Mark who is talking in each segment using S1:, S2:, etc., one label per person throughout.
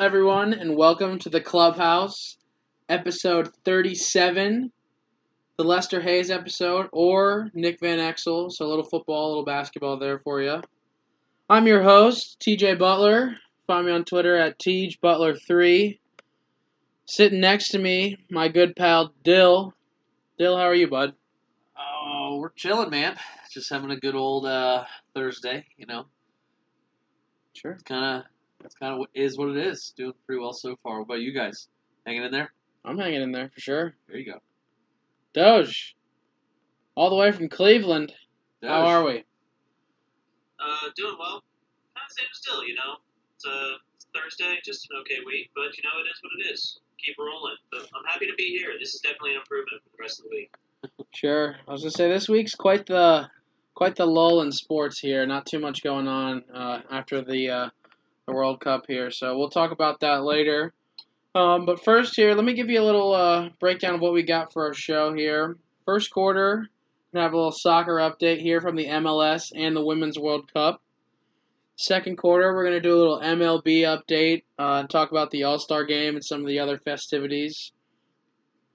S1: everyone, and welcome to the Clubhouse, episode 37, the Lester Hayes episode, or Nick Van Exel. So a little football, a little basketball there for you. I'm your host, TJ Butler. Find me on Twitter at TeejButler3. Sitting next to me, my good pal Dill. Dill, how are you, bud?
S2: Oh, we're chilling, man. Just having a good old uh, Thursday. You know,
S1: Sure.
S2: it's kind of it's kind of what is what it is. Doing pretty well so far. What about you guys? Hanging in there?
S1: I'm hanging in there for sure.
S2: There you go.
S1: Doge, all the way from Cleveland. How are we?
S3: Uh, doing well. Kind of same still, you know. It's uh, it's Thursday, just an okay week, but you know it is what it is. Keep rolling. But I'm happy to be here. This is definitely an improvement for the rest of the week.
S1: Sure. I was gonna say this week's quite the quite the lull in sports here. Not too much going on uh, after the uh, the World Cup here, so we'll talk about that later. Um, but first, here, let me give you a little uh, breakdown of what we got for our show here. First quarter, and have a little soccer update here from the MLS and the Women's World Cup. Second quarter, we're gonna do a little MLB update uh, and talk about the All Star Game and some of the other festivities.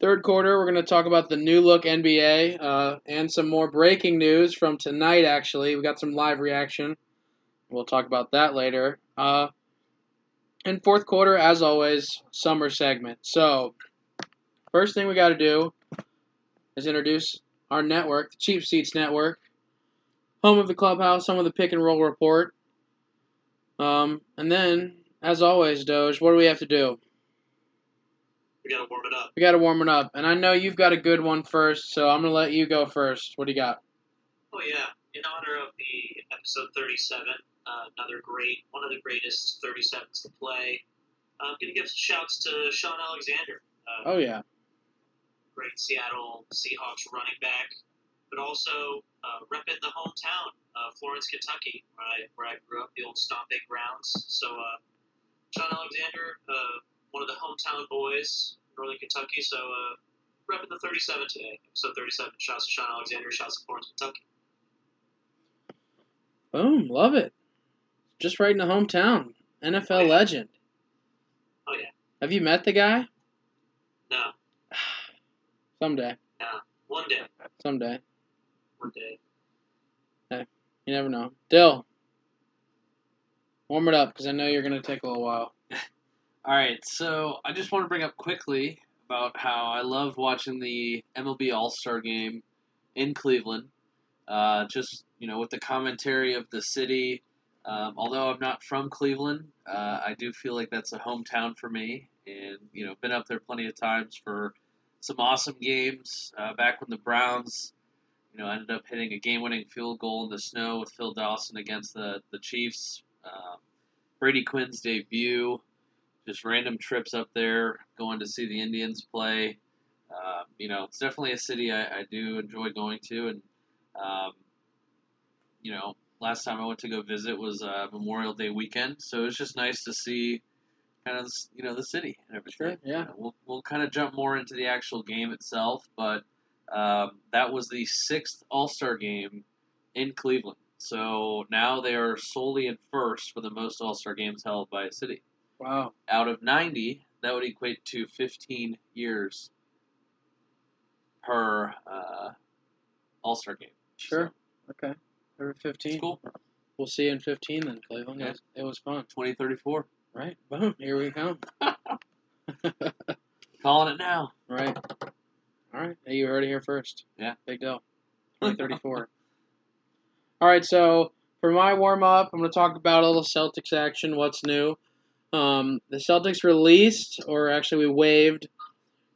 S1: Third quarter, we're going to talk about the new look NBA uh, and some more breaking news from tonight, actually. We got some live reaction. We'll talk about that later. Uh, and fourth quarter, as always, summer segment. So, first thing we got to do is introduce our network, the Cheap Seats Network, home of the clubhouse, home of the pick and roll report. Um, and then, as always, Doge, what do we have to do?
S3: We gotta warm it up.
S1: We got to warm it up, and I know you've got a good one first, so I'm gonna let you go first. What do you got?
S3: Oh yeah. In honor of the episode 37, uh, another great, one of the greatest 37s to play. I'm gonna give some shouts to Sean Alexander. Uh,
S1: Oh yeah,
S3: great Seattle Seahawks running back, but also uh, repping the hometown, uh, Florence, Kentucky, where I, where I grew up, the old stomping grounds. So, uh, John Alexander, uh, one of the hometown boys, Northern Kentucky. So, uh, repping the 37 today. So, 37. Shouts to Sean Alexander. Shouts to Florence, Kentucky.
S1: boom, love it. Just right in the hometown, NFL legend.
S3: Oh, yeah.
S1: Have you met the guy?
S3: No,
S1: Someday,
S3: one day,
S1: someday.
S3: one day.
S1: You never know. Dill, warm it up because I know you're gonna take a little while.
S2: All right. So I just want to bring up quickly about how I love watching the MLB All Star Game in Cleveland. Uh, just you know, with the commentary of the city. Um, although I'm not from Cleveland, uh, I do feel like that's a hometown for me, and you know, been up there plenty of times for some awesome games. Uh, back when the Browns, you know, ended up hitting a game-winning field goal in the snow with Phil Dawson against the the Chiefs. Um, Brady Quinn's debut, just random trips up there, going to see the Indians play. Um, you know, it's definitely a city I, I do enjoy going to, and um, you know, last time I went to go visit was uh, Memorial Day weekend, so it was just nice to see kind of you know the city and
S1: Sure,
S2: everything.
S1: yeah.
S2: We'll we'll kind of jump more into the actual game itself, but um, that was the sixth All Star game in Cleveland. So now they are solely in first for the most All Star games held by a city
S1: Wow,
S2: out of 90, that would equate to 15 years per uh, All Star game.
S1: sure, okay. Number
S2: It's
S1: fifteen.
S2: cool.
S1: We'll see you in fifteen then, Cleveland.
S2: Yeah.
S1: It was- It was fun,
S2: 2034.
S1: right? Boom, here we come.
S2: Calling it now.
S1: Right. All right. Hey, you heard it here first.
S2: Yeah.
S1: Big deal. 2034. All right. So for my warm up, I'm going to talk about a little Celtics action. What's new? Um, the Celtics released, or actually we waived,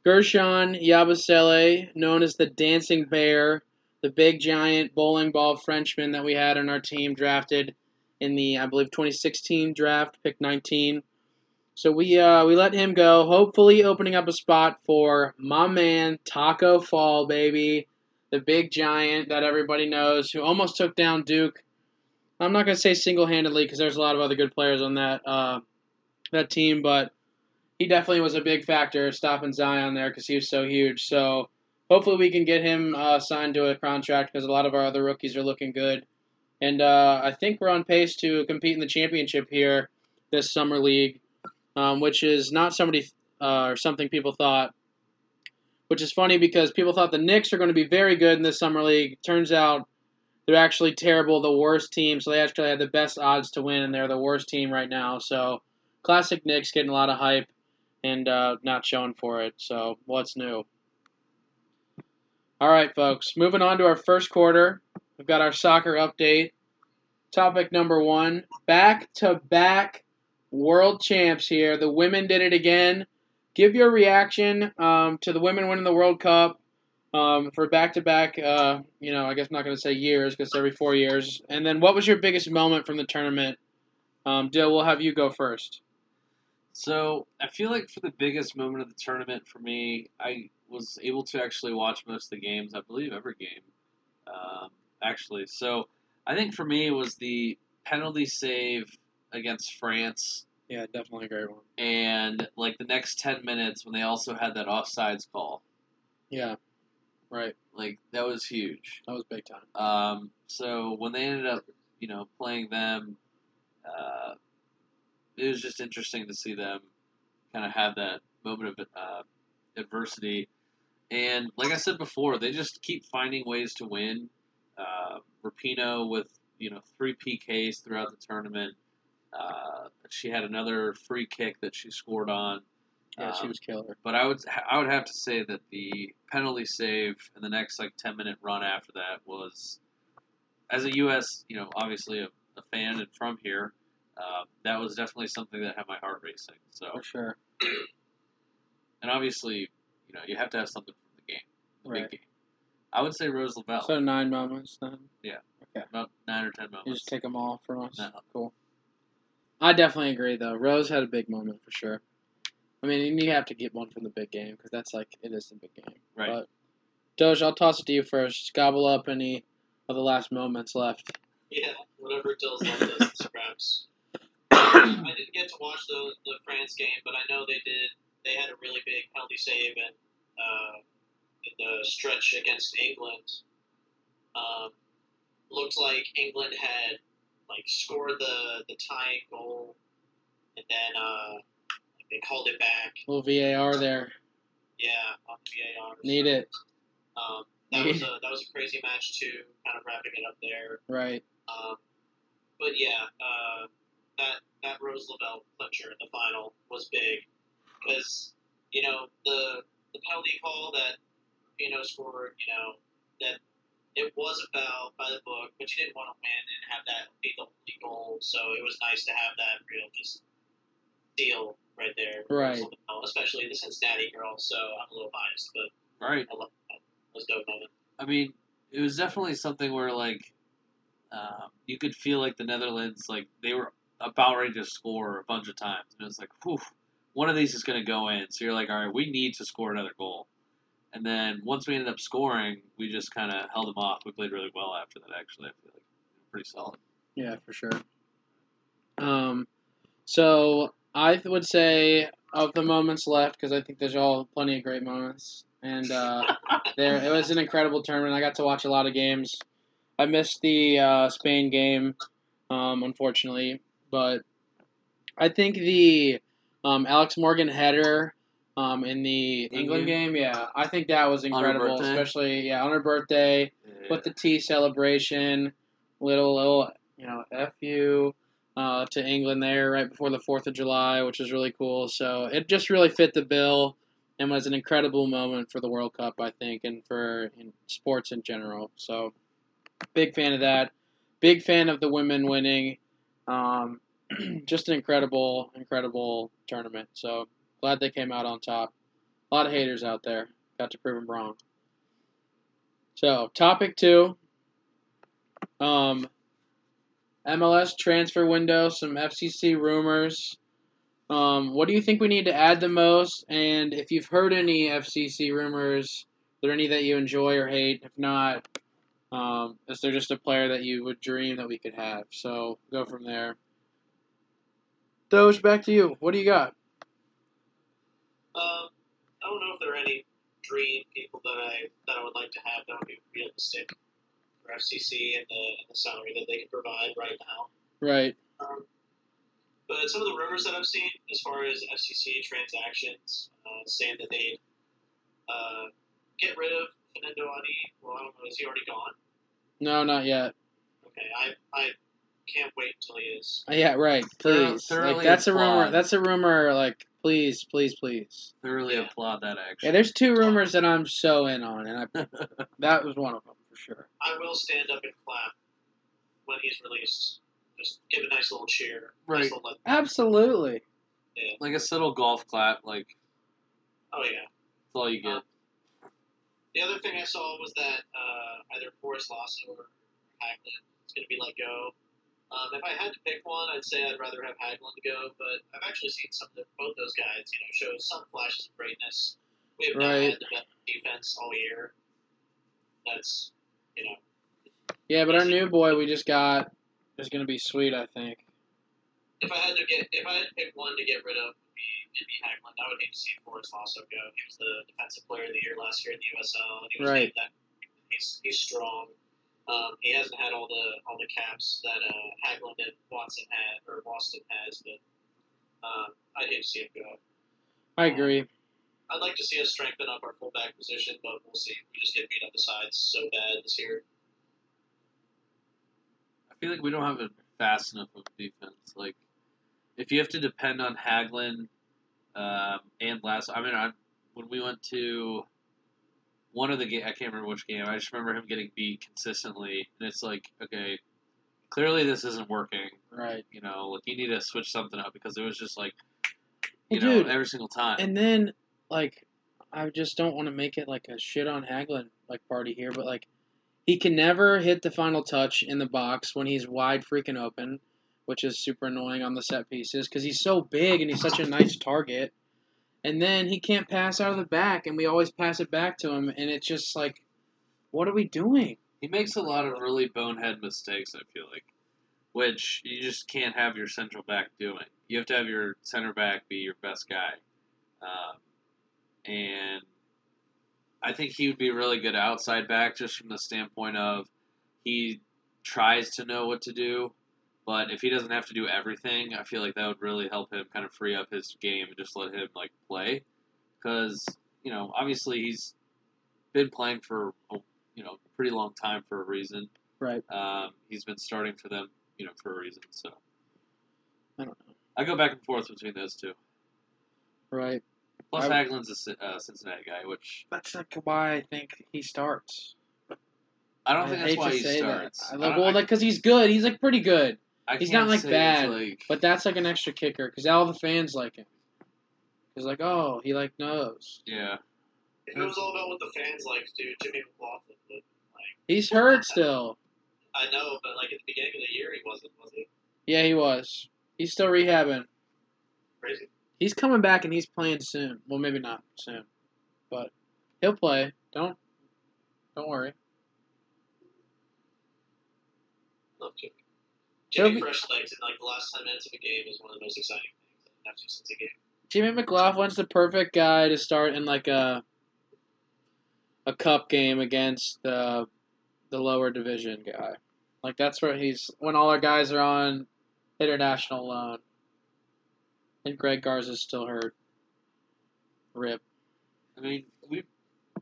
S1: Gershon Yabusele, known as the Dancing Bear, the big giant bowling ball Frenchman that we had on our team drafted in the, I believe, 2016 draft, pick 19. So we uh, we let him go, hopefully opening up a spot for my man Taco Fall, baby, the big giant that everybody knows, who almost took down Duke. I'm not gonna say single-handedly because there's a lot of other good players on that uh, that team, but he definitely was a big factor stopping Zion there because he was so huge. So hopefully we can get him uh, signed to a contract because a lot of our other rookies are looking good, and uh, I think we're on pace to compete in the championship here this summer league. um, which is not somebody uh, or something people thought. Which is funny because people thought the Knicks are going to be very good in this summer league. Turns out they're actually terrible, the worst team. So they actually had the best odds to win, and they're the worst team right now. So classic Knicks getting a lot of hype and uh, not showing for it. So what's new? All right, folks. Moving on to our first quarter. We've got our soccer update. Topic number one: back to back world champs here. The women did it again. Give your reaction um, to the women winning the World Cup um, for back to back. You know, I guess I'm not going to say years because every four years. And then, what was your biggest moment from the tournament? Um, Dill, we'll have you go first.
S2: So I feel like for the biggest moment of the tournament for me, I was able to actually watch most of the games. I believe every game, um, actually. So I think for me it was the penalty save against France,
S1: Yeah, definitely a great one.
S2: and like the next ten minutes when they also had that offsides call.
S1: Yeah, right.
S2: Like that was huge.
S1: That was big time.
S2: Um, so when they ended up, you know, playing them, uh, it was just interesting to see them kind of have that moment of uh, adversity. And like I said before, they just keep finding ways to win. Uh, Rapino with you know three PKs throughout the tournament. Uh, she had another free kick that she scored on.
S1: Yeah, she
S2: Um,
S1: was killer.
S2: but I would I would have to say that the penalty save and the next like ten minute run after that was, as a U.S. you know obviously a, a fan and from here, uh, that was definitely something that had my heart racing. So
S1: For sure.
S2: and obviously you know you have to have something from the game, the
S1: Right.
S2: big game. I would say Rose Lavelle
S1: So nine moments then.
S2: about nine or ten
S1: You
S2: moments.
S1: just take them all from us.
S2: No.
S1: Cool. I definitely agree though. Rose had a big moment for sure. I mean, and you have to get one from the big game because that's like it is the big game.
S2: right.
S1: But Doge, I'll toss it to you first. Gobble up any of the last moments left.
S3: Yeah, whatever Dill's left us in scraps. I didn't get to watch the, the France game, but I know they did. They had a really big penalty save and uh, in the stretch against England. Um, looked like England had like scored the, the tying goal, and then uh, they called it back.
S1: A little VAR there.
S3: Yeah, on VAR.
S1: Need it.
S3: Um, that was a that was a crazy match too. Kind of wrapping it up there.
S1: Right.
S3: Um, but yeah, uh, that that Rose Lavelle clincher in the final was big because you know the the penalty call that Pino scored, you know that it was a foul by the book, but you didn't want to win and have that be the only goal. So it was nice to have that real just deal right there, with Rose
S1: Right.
S3: Lavelle, especially the Cincinnati girl. So I'm a little biased, but
S2: Right.
S3: I love that. It was a dope moment.
S2: I mean, it was definitely something where like um, you could feel like the Netherlands like they were about ready to score a bunch of times, and it was like, whew, one of these is going to go in. So you're like, all right, we need to score another goal. And then once we ended up scoring, we just kind of held them off. We played really well after that. Actually, I feel like pretty solid.
S1: Yeah, for sure. Um, so I th- would say of the moments left, because I think there's all plenty of great moments, and uh, there it was an incredible tournament. I got to watch a lot of games. I missed the uh, Spain game, um, unfortunately, but I think the um, Alex Morgan header um, in the
S2: England
S1: England game, yeah, I think that was
S2: her
S1: incredible,
S2: birthday?
S1: especially yeah on her birthday with the tea celebration, little little you know fu uh, to England there right before the Fourth of July, which is really cool. So it just really fit the bill and was an incredible moment for the World Cup, I think, and for in sports in general. So big fan of that. Big fan of the women winning. Um, just an incredible, incredible tournament. So glad they came out on top. A lot of haters out there. Got to prove them wrong. So, topic two. Um, MLS transfer window, some FCC rumors. Um, what do you think we need to add the most? And if you've heard any FCC rumors, are there any that you enjoy or hate? If not, um, is there just a player that you would dream that we could have? So go from there. Doge, back to you. What do you got?
S3: Um, I don't know if there are any dream people that I that I would like to have that would be realistic for FCC and the, and the salary that they can provide right now.
S1: Right.
S3: Um, But some of the rumors that I've seen as far as FCC transactions uh, saying that they uh, get rid of Fernando Ani. Well, I don't know. Is he already gone?
S1: No, not yet.
S3: Okay, I, I can't wait until he is.
S1: Uh, Yeah, right.
S2: Thor-
S1: Please. like
S2: thoroughly
S1: that's a rumor.
S2: applaud.
S1: That's a rumor. Like please, please, please.
S2: Thoroughly
S3: Yeah.
S2: applaud that
S1: Yeah,
S2: action.
S1: there's two rumors that I'm so in on, and I that was one of them for sure.
S3: I will stand up and clap when he's released. Just give a nice little cheer.
S2: Right.
S3: Nice little,
S1: Absolutely.
S2: like a subtle golf clap, like that's
S3: oh, yeah.
S2: all you get.
S3: The other thing I saw was that uh, either Boris Lasso or Haglund is going to be let go. Um, if I had to pick one, I'd say I'd rather have Haglund go, but I've actually seen some of the, both those guys, you know, show some flashes of greatness. We have not
S1: Right.
S3: had the best defense all year. That's, you know,
S1: Yeah, but our new boy we just got is gonna be sweet. I think.
S3: if I had to get, if I had to pick one to get rid of, it'd be, it'd be Haglund. I would hate to see Boris Lasso go. He was the defensive player of the year last year in the USL. And he was
S1: Right.
S3: named that. He's he's strong. Um, he hasn't had all the all the caps that uh, Haglund and Watson had or Boston has, but um, I'd hate to see him go.
S1: I agree.
S3: I'd like to see us strengthen up our fullback position, but we'll see. We just get beat on the sides so bad this year.
S2: I feel like we don't have a fast enough of defense. Like, if you have to depend on Haglin um, and Lasso, I mean, I, when we went to one of the game, I can't remember which game. I just remember him getting beat consistently, and it's like, okay, clearly this isn't working.
S1: Right.
S2: You know, like you need to switch something up because it was just like,
S1: Hey,
S2: you know,
S1: dude.
S2: every single time.
S1: And then like, I just don't want to make it like a shit on Haglin like party here, but like, he can never hit the final touch in the box when he's wide freaking open, which is super annoying on the set pieces because he's so big and he's such a nice target. And then he can't pass out of the back, and we always pass it back to him, and it's just like, what are we doing?
S2: He makes a lot of really bonehead mistakes, I feel like, which you just can't have your central back doing. You have to have your center back be your best guy. Um, and I think he would be a really good outside back just from the standpoint of he tries to know what to do, but if he doesn't have to do everything, I feel like that would really help him kind of free up his game and just let him like play. Because, you know, obviously he's been playing for a you know pretty long time for a reason.
S1: Right.
S2: Um, he's been starting for them, you know, for a reason. So
S1: I don't know.
S2: I go back and forth between those two.
S1: Right.
S2: Plus,
S1: I-
S2: Haglund's a Ci- uh, Cincinnati guy, which
S1: That's like why I think he starts.
S2: I don't think that's why he starts.
S1: that. I
S2: I
S1: like,
S2: don't-
S1: well,
S2: I-
S1: like because he's good. He's like pretty good,
S2: I
S1: he's
S2: can't
S1: not, like,
S2: say
S1: bad,
S2: It's like,
S1: but that's like an extra kicker because all the fans like him. Because like, oh, he like knows.
S2: yeah,
S3: If it was all about what the fans like, dude, Jimmy McLaughlin would.
S1: He's hurt still.
S3: I know, but like at the beginning of the year, he wasn't, was he?
S1: Yeah, he was. He's still rehabbing.
S3: Crazy.
S1: He's coming back and he's playing soon. Well, maybe not soon, but he'll play. Don't don't worry.
S3: Love Jimmy. Jimmy
S1: Toby-
S3: Fresh legs in like the last ten minutes of a game is one of the most exciting things I've seen since a game.
S1: Jimmy McLaughlin's the perfect guy to start in like a a cup game against the the lower division guy. Like that's where he's when all our guys are on international loan. And Greg Garza's still hurt. Rip.
S2: I mean, we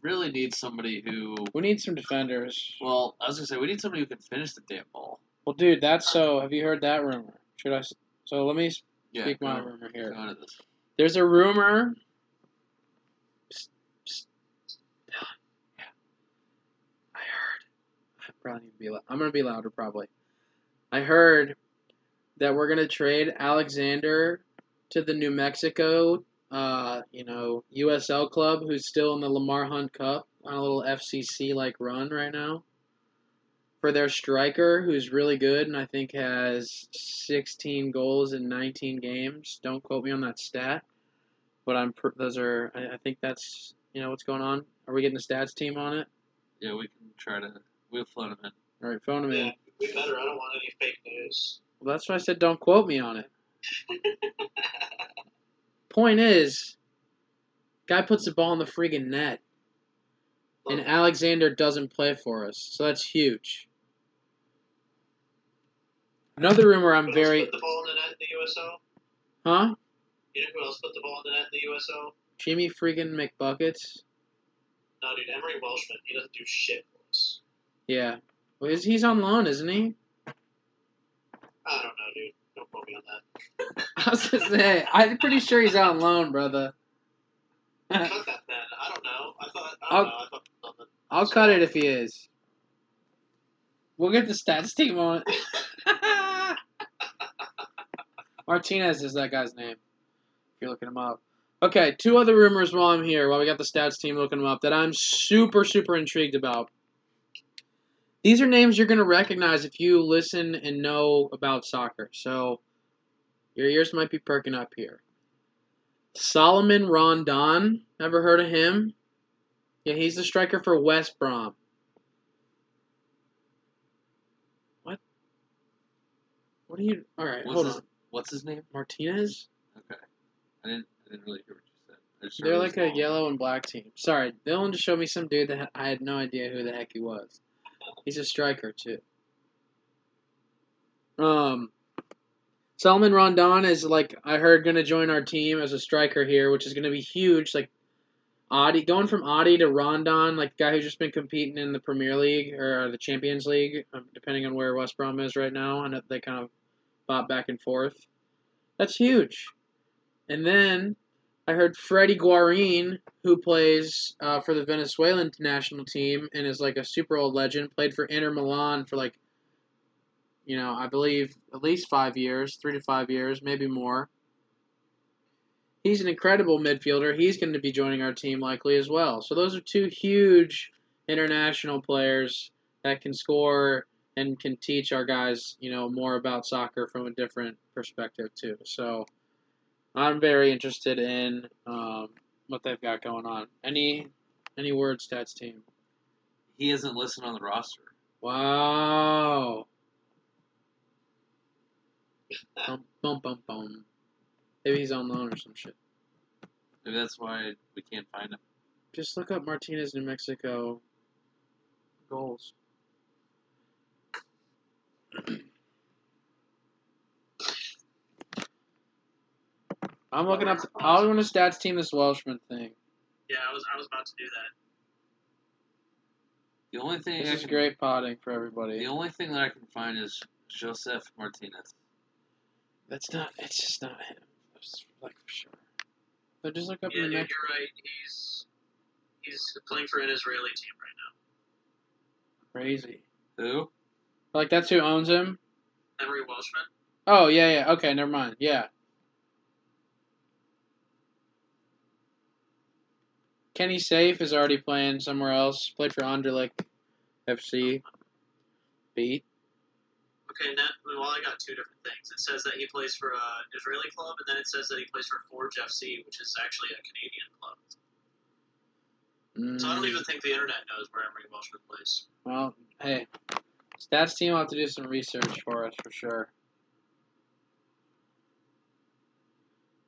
S2: really need somebody who.
S1: We need some defenders.
S2: Well, I was gonna say we need somebody who can finish the damn ball.
S1: Well, dude, that's so. Have you heard that rumor? Should I? s- So let me speak
S2: Yeah,
S1: my
S2: go-
S1: rumor
S2: go
S1: here.
S2: into this.
S1: There's a rumor. Psst, psst. Yeah. I heard. I probably need to be. lou- I'm gonna be louder probably. I heard that we're gonna trade Alexander to the New Mexico, uh, you know, USL club who's still in the Lamar Hunt Cup on a little FCC like run right now. For their striker, who's really good and I think has 16 goals in 19 games. Don't quote me on that stat, but I'm pr- those are I, I think that's you know what's going on. Are we getting the stats team on it?
S2: Yeah, we can try to. We'll float him in.
S1: All right, phone them in.
S3: Yeah, we better. I don't want any fake news.
S1: Well, that's why I said don't quote me on it. Point is, guy puts the ball in the friggin' net, and Alexander doesn't play for us, so that's huge. Another rumor I'm
S3: Who else
S1: very
S3: Put the ball in the net in the USL.
S1: Huh?
S3: You know who else put the ball in the net in the USL?
S1: Jimmy freaking McBuckets.
S3: No, dude, Emery Welshman. He doesn't do shit for us.
S1: Yeah. Well, is- he's on loan, isn't he?
S3: I don't know, dude. Don't quote me on that.
S1: I was gonna say, I'm pretty sure he's on loan, brother.
S3: Cut that then. I don't know. I thought. I don't know. I thought something.
S1: I'll cut it if he is. We'll get the stats team on it. Martinez is that guy's name. If you're looking him up. Okay, two other rumors while I'm here, while we got the stats team looking them up, that I'm super, super intrigued about. These are names you're going to recognize if you listen and know about soccer. So your ears might be perking up here. Solomon Rondon. Ever heard of him? Yeah, he's the striker for West Brom. What? What are you? All right,
S2: What's
S1: hold
S2: his-
S1: on.
S2: What's his name?
S1: Martinez.
S2: Okay. I didn't. I didn't really hear what you said. I just heard
S1: They're
S2: it
S1: like
S2: was
S1: a
S2: long.
S1: yellow and black team. Sorry, Dylan just showed me some dude that I had no idea who the heck he was. He's a striker too. Um, Solomon Rondon is like I heard going to join our team as a striker here, which is going to be huge. Like Adi going from Adi to Rondon, like the guy who's just been competing in the Premier League or the Champions League, um, depending on where West Brom is right now, and they kind of bop back and forth. That's huge. And then I heard Freddie Guarin, who plays uh, for the Venezuelan national team and is like a super old legend, played for Inter Milan for like, you know, I believe at least five years, three to five years, maybe more. He's an incredible midfielder. He's going to be joining our team likely as well. So those are two huge international players that can score and can teach our guys, you know, more about soccer from a different perspective too. So. I'm very interested in um, what they've got going on. Any any word stats team?
S2: He isn't listed on the roster.
S1: Wow. bum, bum, bum, bum. Maybe he's on loan or some shit.
S2: Maybe that's why we can't find him.
S1: Just look up Martinez, New Mexico goals. I'm looking up. I was on a stats team this Welshman thing.
S3: Yeah, I was. I was about to do that.
S2: The only thing
S1: This
S2: I
S1: is
S2: can-
S1: great potting for everybody.
S2: The only thing that I can find is Joseph Martinez.
S1: That's not. It's just not him. It's like for sure. So just look up
S3: yeah,
S1: in the
S3: dude,
S1: next.
S3: you're right. He's he's playing for an Israeli team right now.
S1: Crazy.
S2: Who?
S1: Like that's who owns him.
S3: Emery Welshman.
S1: Oh yeah yeah okay never mind yeah. Kenny Safe is already playing somewhere else. Played for Anderlecht FC. Beat.
S3: Okay, now well, I got two different things. It says that he plays for an Israeli club, and then it says that he plays for Forge FC, which is actually a Canadian club.
S1: Mm,
S3: So I don't even think the internet knows where Emery Welshman plays.
S1: Well hey, stats team will have to do some research for us for sure.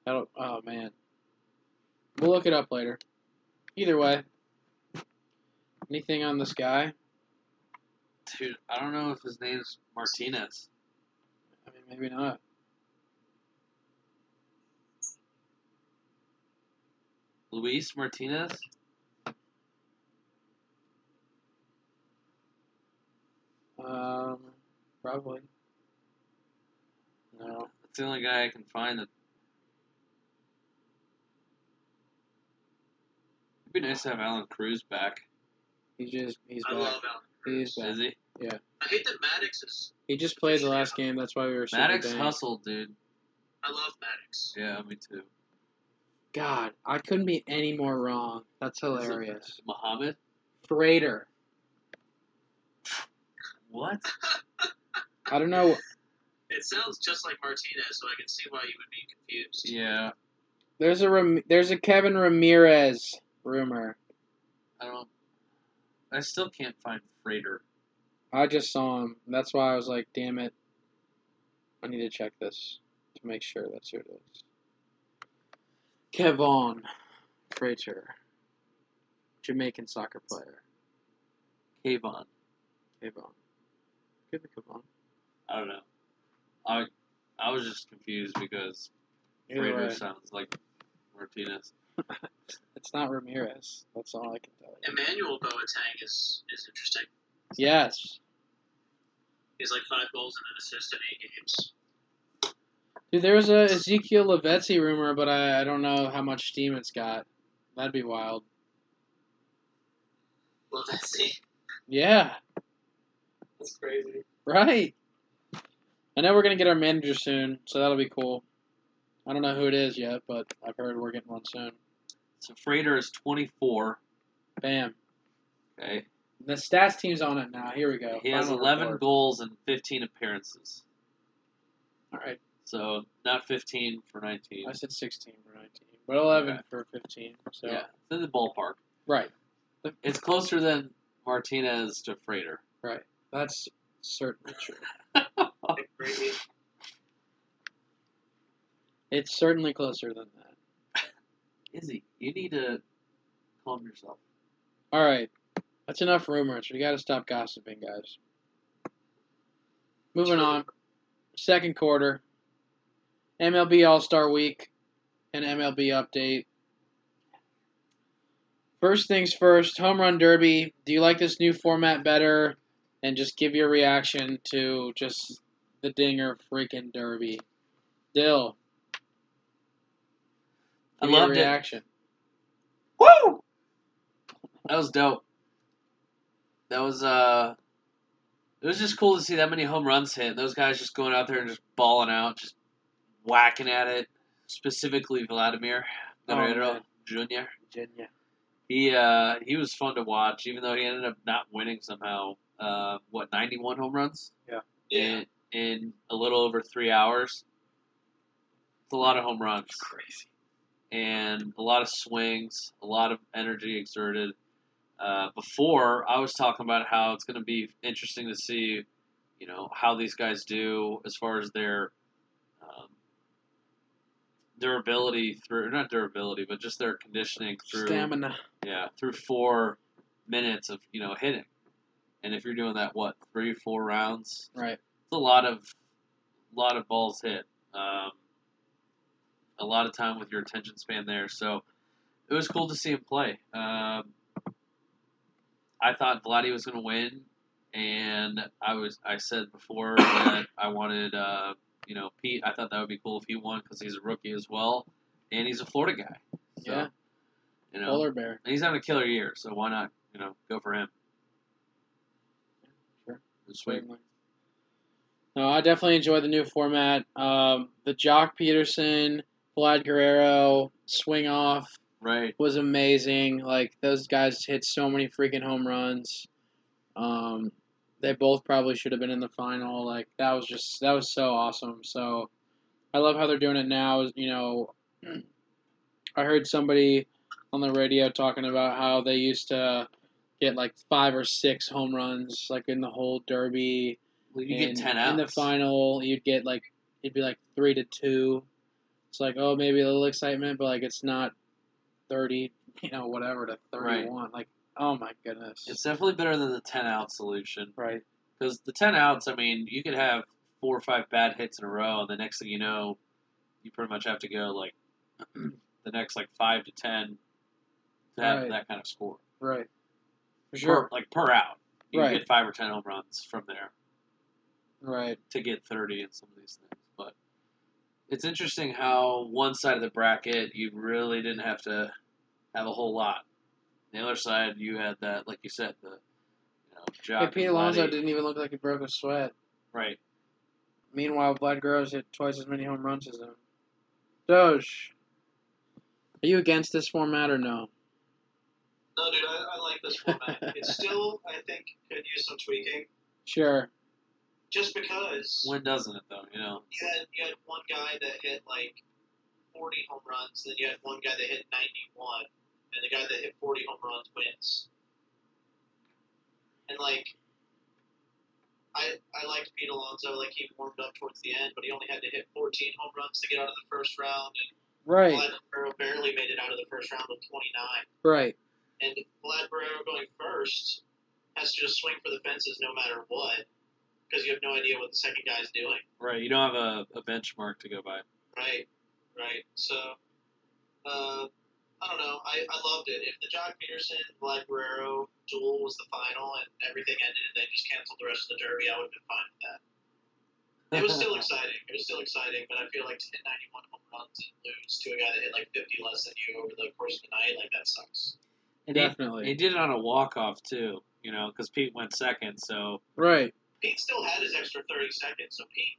S1: That'll, oh man, we'll look it up later. Either way, anything on this guy?
S2: Dude, I don't know if his name's Martinez.
S1: I mean, maybe not.
S2: Luis Martinez?
S1: Um, probably. No.
S2: That's the only guy I can find that. It'd be nice to have Alan Cruz back.
S1: He just he's
S3: I
S1: back.
S3: love Alan.
S1: He's back.
S2: Is he?
S3: I hate that Maddox is.
S1: He just played the last game. That's why we were super
S2: Maddox
S1: dang-
S2: hustled, dude.
S3: I love Maddox.
S2: Yeah, me too.
S1: God, I couldn't be any more wrong. That's hilarious.
S2: Muhammad?
S1: Freighter.
S2: What?
S1: I don't know.
S3: It sounds just like Martinez, so I can see why you would be confused.
S2: Yeah,
S1: There's a Ram- there's a Kevin Ramirez rumor.
S2: I don't. I still can't find Freighter.
S1: I just saw him. That's why I was like, damn it. I need to check this to make sure that's who it is. Kevon Frater. Jamaican soccer player.
S2: Kayvon.
S1: Kevon. Could be Kevon.
S2: I don't know. I I was just confused because
S1: Either
S2: Raider
S1: way,
S2: sounds like Martinez.
S1: it's not Ramirez. That's all I can tell you.
S3: Emmanuel Boateng is is interesting.
S1: Yes,
S3: He's like five goals and an assist in eight games.
S1: dude. There was a Ezekiel Lavezzi rumor, but I, I don't know how much steam it's got. That'd be wild.
S3: Well, that's it.
S1: Yeah,
S3: That's crazy.
S1: right. I know we're gonna get our manager soon, so that'll be cool. I don't know who it is yet, but I've heard we're getting one soon.
S2: So Freighter is 24.
S1: Bam.
S2: Okay,
S1: The stats team's on it now. Here we go.
S2: he has
S1: Final
S2: 11
S1: report.
S2: goals and 15 appearances.
S1: All right,
S2: So not 15 for 19.
S1: I said 16 for 19, but 11
S2: Okay.
S1: for 15. So
S2: Yeah, it's in the ballpark.
S1: right,
S2: It's closer than Martinez to Freighter.
S1: that's certainly true.
S3: Like crazy.
S1: It's certainly closer than that.
S2: Izzy, you need to calm yourself.
S1: All right, that's enough rumors. We got to stop gossiping, guys. Moving
S3: True.
S1: on. Second quarter, MLB All Star Week, and MLB update. First things first, home run derby. Do you like this new format better? And just give your reaction to just the dinger freaking derby. Dill,
S2: I
S1: give your
S2: loved it.
S1: reaction.
S2: Woo! That was dope. That was uh it was just cool to see that many home runs hit. Those guys just going out there and just balling out, just whacking at it. Specifically Vladimir
S1: Oh,
S2: Guerrero
S1: man.
S2: Jr.
S1: Virginia.
S2: He uh he was fun to watch, even though he ended up not winning somehow. Uh what, ninety one home runs?
S3: Yeah.
S2: In in a little over three hours. It's a lot of home runs
S3: crazy.
S2: and a lot of swings, a lot of energy exerted. Uh, before I was talking about how it's going to be interesting to see, you know, how these guys do as far as their um, durability through not durability, but just their conditioning through
S1: Stamina.
S2: yeah through four minutes of you know hitting. And if you're doing that, what three four rounds?
S1: Right.
S2: It's a lot of lot of balls hit. Um, a lot of time with your attention span there. So it was cool to see him play. Um, I thought Vladdy was going to win, and I was I said before that I wanted uh, you know Pete. I thought that would be cool if he won because he's a rookie as well, and he's a Florida guy. So,
S1: Yeah.
S2: you know,
S1: Polar bear.
S2: and he's having a killer year, so why not you know go for him?
S1: Sure.
S2: This week.
S1: No, I definitely enjoy the new format. Um, the Jock Peterson, Vlad Guerrero swing off
S2: right?
S1: was amazing. Like those guys hit so many freaking home runs. Um, they both probably should have been in the final. Like that was just that was so awesome. So I love how they're doing it now. You know, I heard somebody on the radio talking about how they used to get like five or six home runs like in the whole derby
S2: Well, you
S1: and
S2: get ten outs.
S1: in the final. You'd get like it'd be like three to two. It's like oh maybe a little excitement, but like it's not thirty, you know, whatever to
S2: Right.
S1: thirty-one. Like oh my goodness,
S2: It's definitely better than the ten out solution.
S1: right,
S2: Because the 10 outs, I mean, you could have four or five bad hits in a row, and the next thing you know, you pretty much have to go like the next like five to 10 to have
S1: Right.
S2: that kind of score.
S1: right, for sure,
S2: Per, like per out. You
S1: Right.
S2: get five or 10 home runs from there
S1: right,
S2: to get 30 in some of these things. But it's interesting how one side of the bracket, you really didn't have to have a whole lot. The other side, you had that, like you said, the you know,
S1: Hey,
S2: job.
S1: Pete Alonso didn't even look like he broke a sweat.
S2: Right.
S1: Meanwhile, Vlad Guerrero's hit twice as many home runs as him. Doge, are you against this format or no?
S3: No, dude, I, I like this format. it's still, I think, could use some tweaking.
S1: Sure,
S3: Just because
S2: When doesn't it, though? You know?
S3: you had you had one guy that hit like 40 home runs, then you had one guy that hit 91, and the guy that hit 40 home runs wins. And like, I I liked Pete Alonso. Like he warmed up towards the end, but he only had to hit 14 home runs to get out of the first round. And
S1: right,
S3: Vlad Guerrero barely made it out of the first round with 29.
S1: right,
S3: And Vlad Guerrero going first has to just swing for the fences no matter what, because you have no idea what the second guy's doing.
S2: Right, you don't have a, a benchmark to go by.
S3: Right. right? So, uh, I don't know. I, I loved it. If the John Peterson, Vlad Guerrero duel was the final and everything ended and they just canceled the rest of the Derby, I would have been fine with that. It was still exciting. It was still exciting, but I feel like to hit 91 home runs and lose to a guy that hit like 50 less than you over the course of the night, like that sucks.
S2: And he, he
S1: Definitely.
S2: did it on a walk off too, you know, because Pete went second. So
S1: Right.
S3: Pete still had his extra 30 seconds, so Pete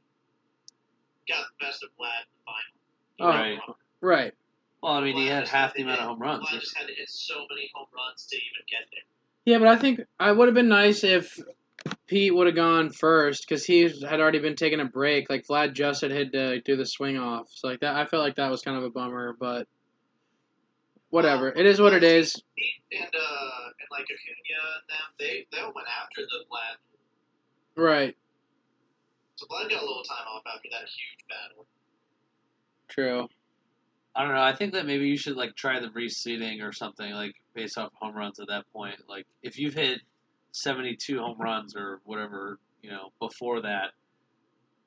S3: got the best of Vlad in the final. He
S1: Oh.
S3: ran home.
S1: Right.
S2: well, I mean,
S3: Vlad
S2: he had
S3: just
S2: half
S3: had
S2: the
S3: to
S2: amount of
S3: hit-
S2: home runs.
S3: Vlad just had to hit so many home runs to even get there.
S1: Yeah, but I think I would have been nice if Pete would have gone first because he had already been taking a break. Like Vlad just had had to do the swing off, so like that. I felt like that was kind of a bummer, but whatever. It is what it is.
S3: Pete and uh and like Acuna and them, they they all went after the Vlad.
S1: Right.
S3: So Vlad got a little time off after that huge battle.
S1: True.
S2: I don't know. I think that maybe you should like try the reseeding or something like based off home runs at that point. Like if you've hit seventy two home runs or whatever, you know, before that,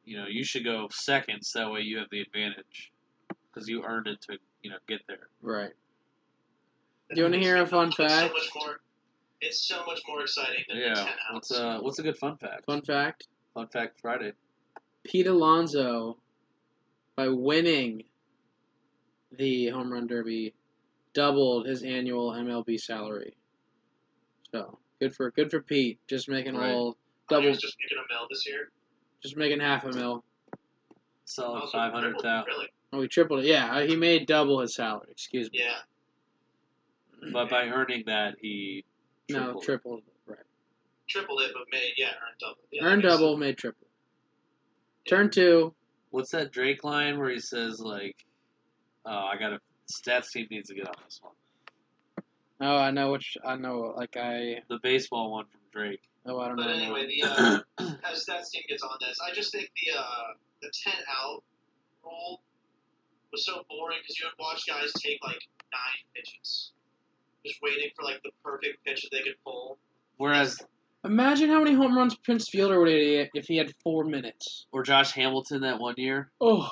S2: you know, you should go seconds. That way you have the advantage because you earned it to you know get there.
S1: Right. Do you wanna hear a fun
S3: It's
S1: fact?
S3: So much more, it's so much more exciting than the
S2: Yeah.
S3: ten outs.
S2: What's uh What's a good fun fact?
S1: Fun fact:
S2: Fun fact Friday.
S1: Pete Alonso, by winning the home run derby, doubled his annual MLB salary. So good for good for Pete. Just making
S2: Right.
S1: a little
S3: I think
S1: double,
S3: it's just making a mill this year.
S1: just making half a mil.
S2: Solid
S3: Also,
S2: Oh, five hundred thousand.
S3: Really?
S1: Oh, he tripled it. Yeah, uh, he made double his salary. Excuse me.
S3: Yeah.
S2: But by earning that, he
S1: no,
S2: tripled it.
S1: tripled. Right.
S3: Tripled it, but made yeah, earned double. Yeah,
S1: Earned
S3: that makes
S1: double, made triple. Turn two.
S2: What's that Drake line where he says like, "Oh, I got to stats team needs to get on this one."
S1: Oh, I know which. I know. Like I.
S2: The baseball one from Drake.
S1: Oh, I don't
S3: But
S1: know.
S3: anyway, the uh, as that team gets on this, I just think the uh, the ten out rule was so boring because you would watch guys take like nine pitches, just waiting for like the perfect pitch that they could pull.
S2: Whereas,
S1: Imagine how many home runs Prince Fielder would hit if he had four minutes.
S2: or Josh Hamilton that one year,
S1: Oh,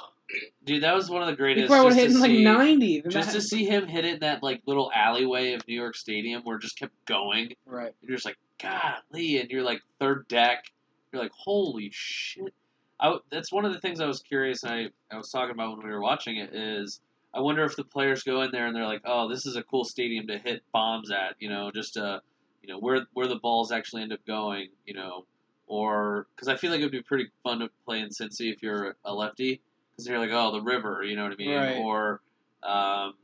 S2: dude, that was one of the
S1: he
S2: greatest.
S1: probably would
S2: just
S1: hit
S2: to
S1: in like
S2: see-
S1: ninety.
S2: Just
S1: That-
S2: to see him hit it in that like little alleyway of New York Stadium, where it just kept going.
S1: Right.
S2: You're just like, golly, and you're like third deck. You're like, holy shit. I w that's one of the things I was curious, and I, I was talking about when we were watching it is I wonder if the players go in there and they're like, oh, this is a cool stadium to hit bombs at, you know, just uh, you know, where where the balls actually end up going, you know, or because I feel like it'd be pretty fun to play in Cincy if you're a lefty, because you're like, oh, the river, you know what I mean,
S1: Right.
S2: or um,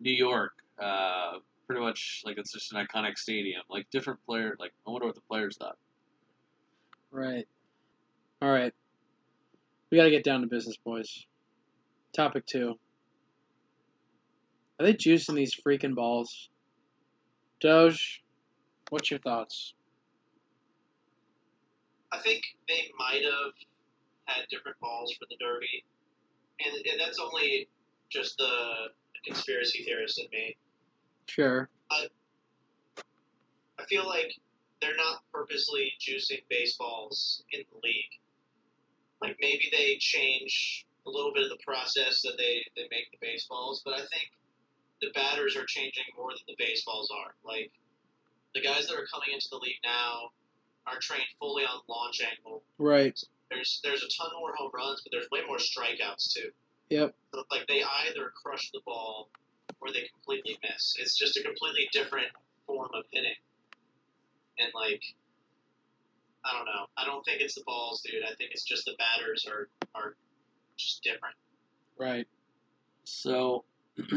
S2: New York, uh, pretty much like it's just an iconic stadium. Like different player, like I wonder what the players thought.
S1: Right. All right. We gotta get down to business, boys. Topic two. Are they juicing these freaking balls? Doge, what's your thoughts?
S3: I think they might have had different balls for the Derby, and, and that's only just the conspiracy theorist in me.
S1: Sure.
S3: I feel like they're not purposely juicing baseballs in the league. Like maybe they change a little bit of the process that they, they make the baseballs, but I think the batters are changing more than the baseballs are. Like the guys that are coming into the league now are trained fully on launch angle.
S1: Right.
S3: There's there's a ton more home runs, but there's way more strikeouts too.
S1: Yep.
S3: So it's like they either crush the ball or they completely miss. It's just a completely different form of hitting. And like I don't know. I don't think it's the balls, dude. I think it's just the batters are are just different.
S1: Right.
S2: So,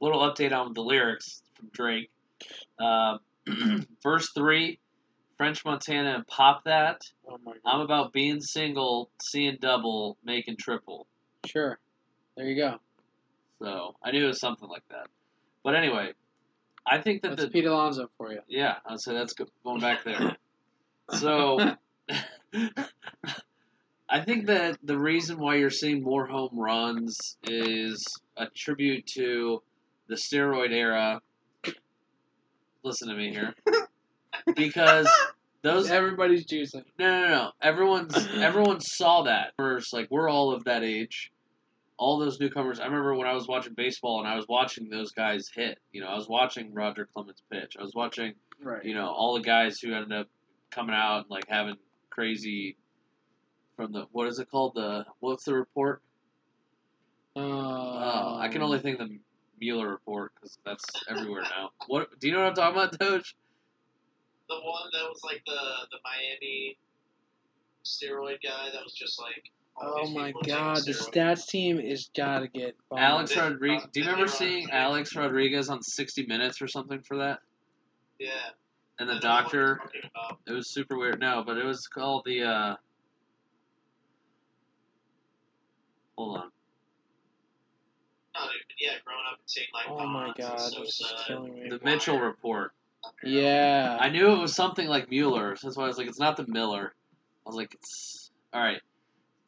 S2: little update on the lyrics from Drake. Um, verse three, French Montana and pop that.
S1: Oh my god.
S2: I'm about being single, seeing double, making triple.
S1: Sure. There you go.
S2: So I knew it was something like that. But anyway, I think that
S1: That's
S2: the
S1: Pete Alonso for you.
S2: Yeah, I'd say that's go- going back there. So, I think that the reason why you're seeing more home runs is a tribute to the steroid era. Listen to me here, because those no,
S1: Everybody's juicing.
S2: no, no, everyone's everyone saw that first. Like we're all of that age, all those newcomers. I remember when I was watching baseball and I was watching those guys hit. You know, I was watching Roger Clemens pitch. I was watching
S1: Right.
S2: you know all the guys who ended up coming out and like having crazy from the what is it called the what's the report
S1: Oh.
S2: uh, i can
S3: Um,
S2: only think of the mueller report because that's everywhere now what do you know what i'm talking about doge
S3: The one that was like the the Miami steroid guy that was just like. all
S1: Oh
S3: these
S1: my
S3: people taking
S1: God, the
S3: steroids.
S1: stats team is gotta get. bombed.
S2: alex
S3: they-
S2: rodriguez
S3: uh,
S2: do you
S3: they
S2: remember
S3: were on
S2: seeing
S3: TV.
S2: alex rodriguez on 60 minutes or something for that
S3: Yeah.
S2: and
S3: I
S2: the
S3: don't know what you're
S2: doctor
S3: talking about.
S2: it was super weird no but it was called the uh hold on
S3: No, dude, but yeah, growing up and seeing like.
S1: Oh my
S3: Bonds and
S1: God,
S3: Sosa
S1: this is killing me.
S2: the mitchell report
S3: and, you know,
S1: Yeah.
S2: I knew it was something like Mueller. so That's why I was like, it's not the Miller. I was like, it's all right.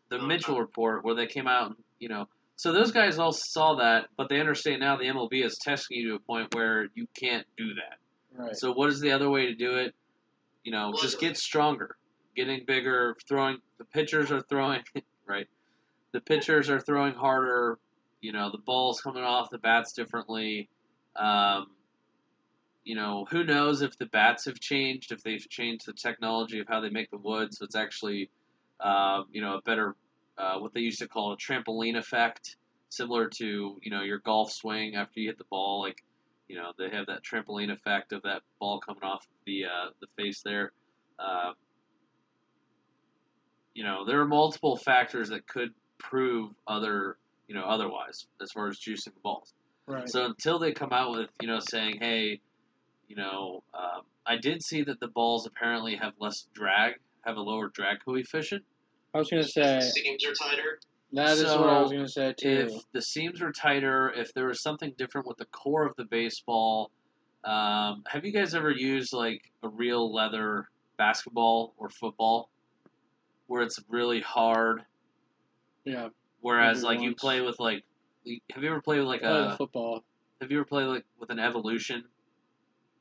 S2: The
S3: No,
S2: Mitchell
S3: no.
S2: report where they came out, and, you know. So those guys all saw that, but they understand now the MLB is testing you to a point where you can't do that.
S1: Right.
S2: So what is the other way to do it? You know, just
S3: Literally.
S2: get stronger, getting bigger, throwing. The pitchers are throwing right. The pitchers are throwing harder. You know, the ball's coming off the bats differently. Um, you know, who knows if the bats have changed, if they've changed the technology of how they make the wood, so it's actually, um, you know, a better, uh, what they used to call a trampoline effect, similar to, you know, your golf swing after you hit the ball, like, you know, they have that trampoline effect of that ball coming off the, uh, the face there. Uh, you know, there are multiple factors that could prove other, you know, otherwise, as far as juicing the balls.
S1: Right.
S2: So until they come out with, you know, saying, hey, you know, um, I did see that the balls apparently have less drag, have a lower drag coefficient.
S1: I was gonna say
S3: Seams are tighter.
S1: that is what I was
S2: So,
S1: gonna say too.
S2: If the seams were tighter, if there was something different with the core of the baseball, um, have you guys ever used like a real leather basketball or football where it's really hard?
S1: yeah.
S2: Whereas,
S1: Maybe
S2: like, you
S1: once.
S2: play with like, have you ever played with like uh
S1: I like
S2: a,
S1: oh, football.
S2: have you ever played like with an evolution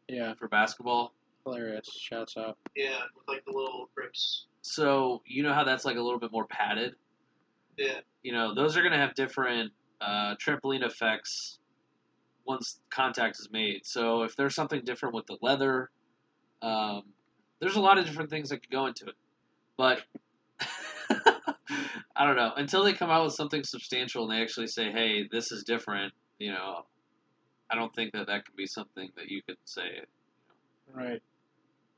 S1: Yeah.
S2: for basketball?
S1: Hilarious. Shouts out.
S3: Yeah, with like the little grips.
S2: So, you know how that's like a little bit more padded?
S3: Yeah.
S2: you know, those are going to have different uh, trampoline effects once contact is made. So if there's something different with the leather, um, there's a lot of different things that could go into it. But I don't know. Until they come out with something substantial and they actually say, hey, this is different, you know, I don't think that that can be something that you could say.
S1: Right.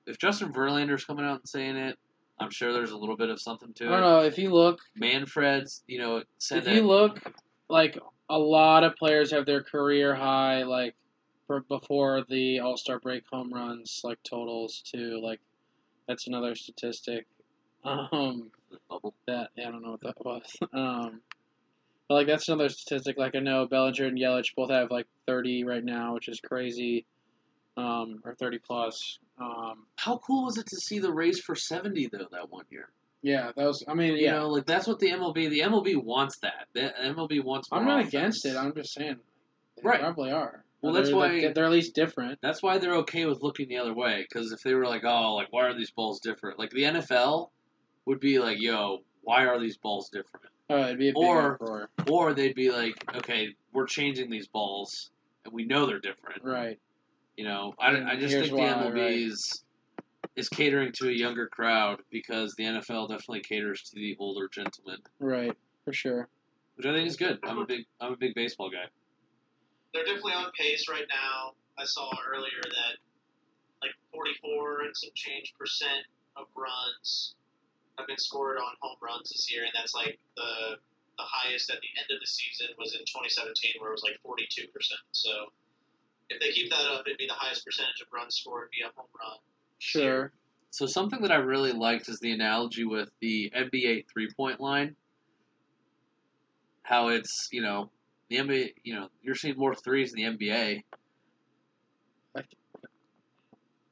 S2: If Justin Verlander's coming out and saying it, I'm sure there's a little bit of something
S1: I
S2: to
S1: don't
S2: it.
S1: know if you look.
S2: Manfred's, you know, said
S1: if
S2: that.
S1: you look, like a lot of players have their career high, like for, before the All Star break, home runs, like totals too. Like that's another statistic.
S2: Uh-huh.
S1: Um,
S2: Bubble.
S1: that yeah, I don't know what that was. Um, but like that's another statistic. Like I know Bellinger and Yelich both have like 30 right now, which is crazy, um, or 30 plus. Um,
S2: how cool was it to see the Rays for 70 though that one year?
S1: yeah, that was. I mean,
S2: You
S1: yeah,
S2: know, like that's what the MLB the MLB wants that. The MLB wants more
S1: I'm not
S2: offense.
S1: against it. I'm just saying, they
S2: Right.
S1: probably are.
S2: Well, that's
S1: They're-
S2: why-
S1: they're, they're at least different.
S2: that's why they're okay with looking the other way cuz if they were like, "Oh, like why are these balls different?" Like the NFL would be like, "Yo, why are these balls different?"
S1: Oh, it'd be a big
S2: Or-
S1: uproar.
S2: Or they'd be like, "Okay, we're changing these balls and we know they're different."
S1: Right.
S2: You know, I, don't- I
S1: And
S2: just
S1: here's
S2: think the
S1: why,
S2: MLB
S1: right.
S2: is is catering to a younger crowd because the NFL definitely caters to the older gentleman,
S1: Right. For sure.
S2: which I think is good. I'm a big I'm a big baseball guy.
S3: They're definitely on pace right now. I saw earlier that like 44 and some change percent of runs have been scored on home runs this year, and that's like the the highest at the end of the season was in 2017, where it was like 42 percent. So if they keep that up, it'd be the highest percentage of runs scored via home run.
S1: Sure.
S2: So something that I really liked is the analogy with the NBA three point line. How it's you know the NBA you know you're seeing more threes in the NBA.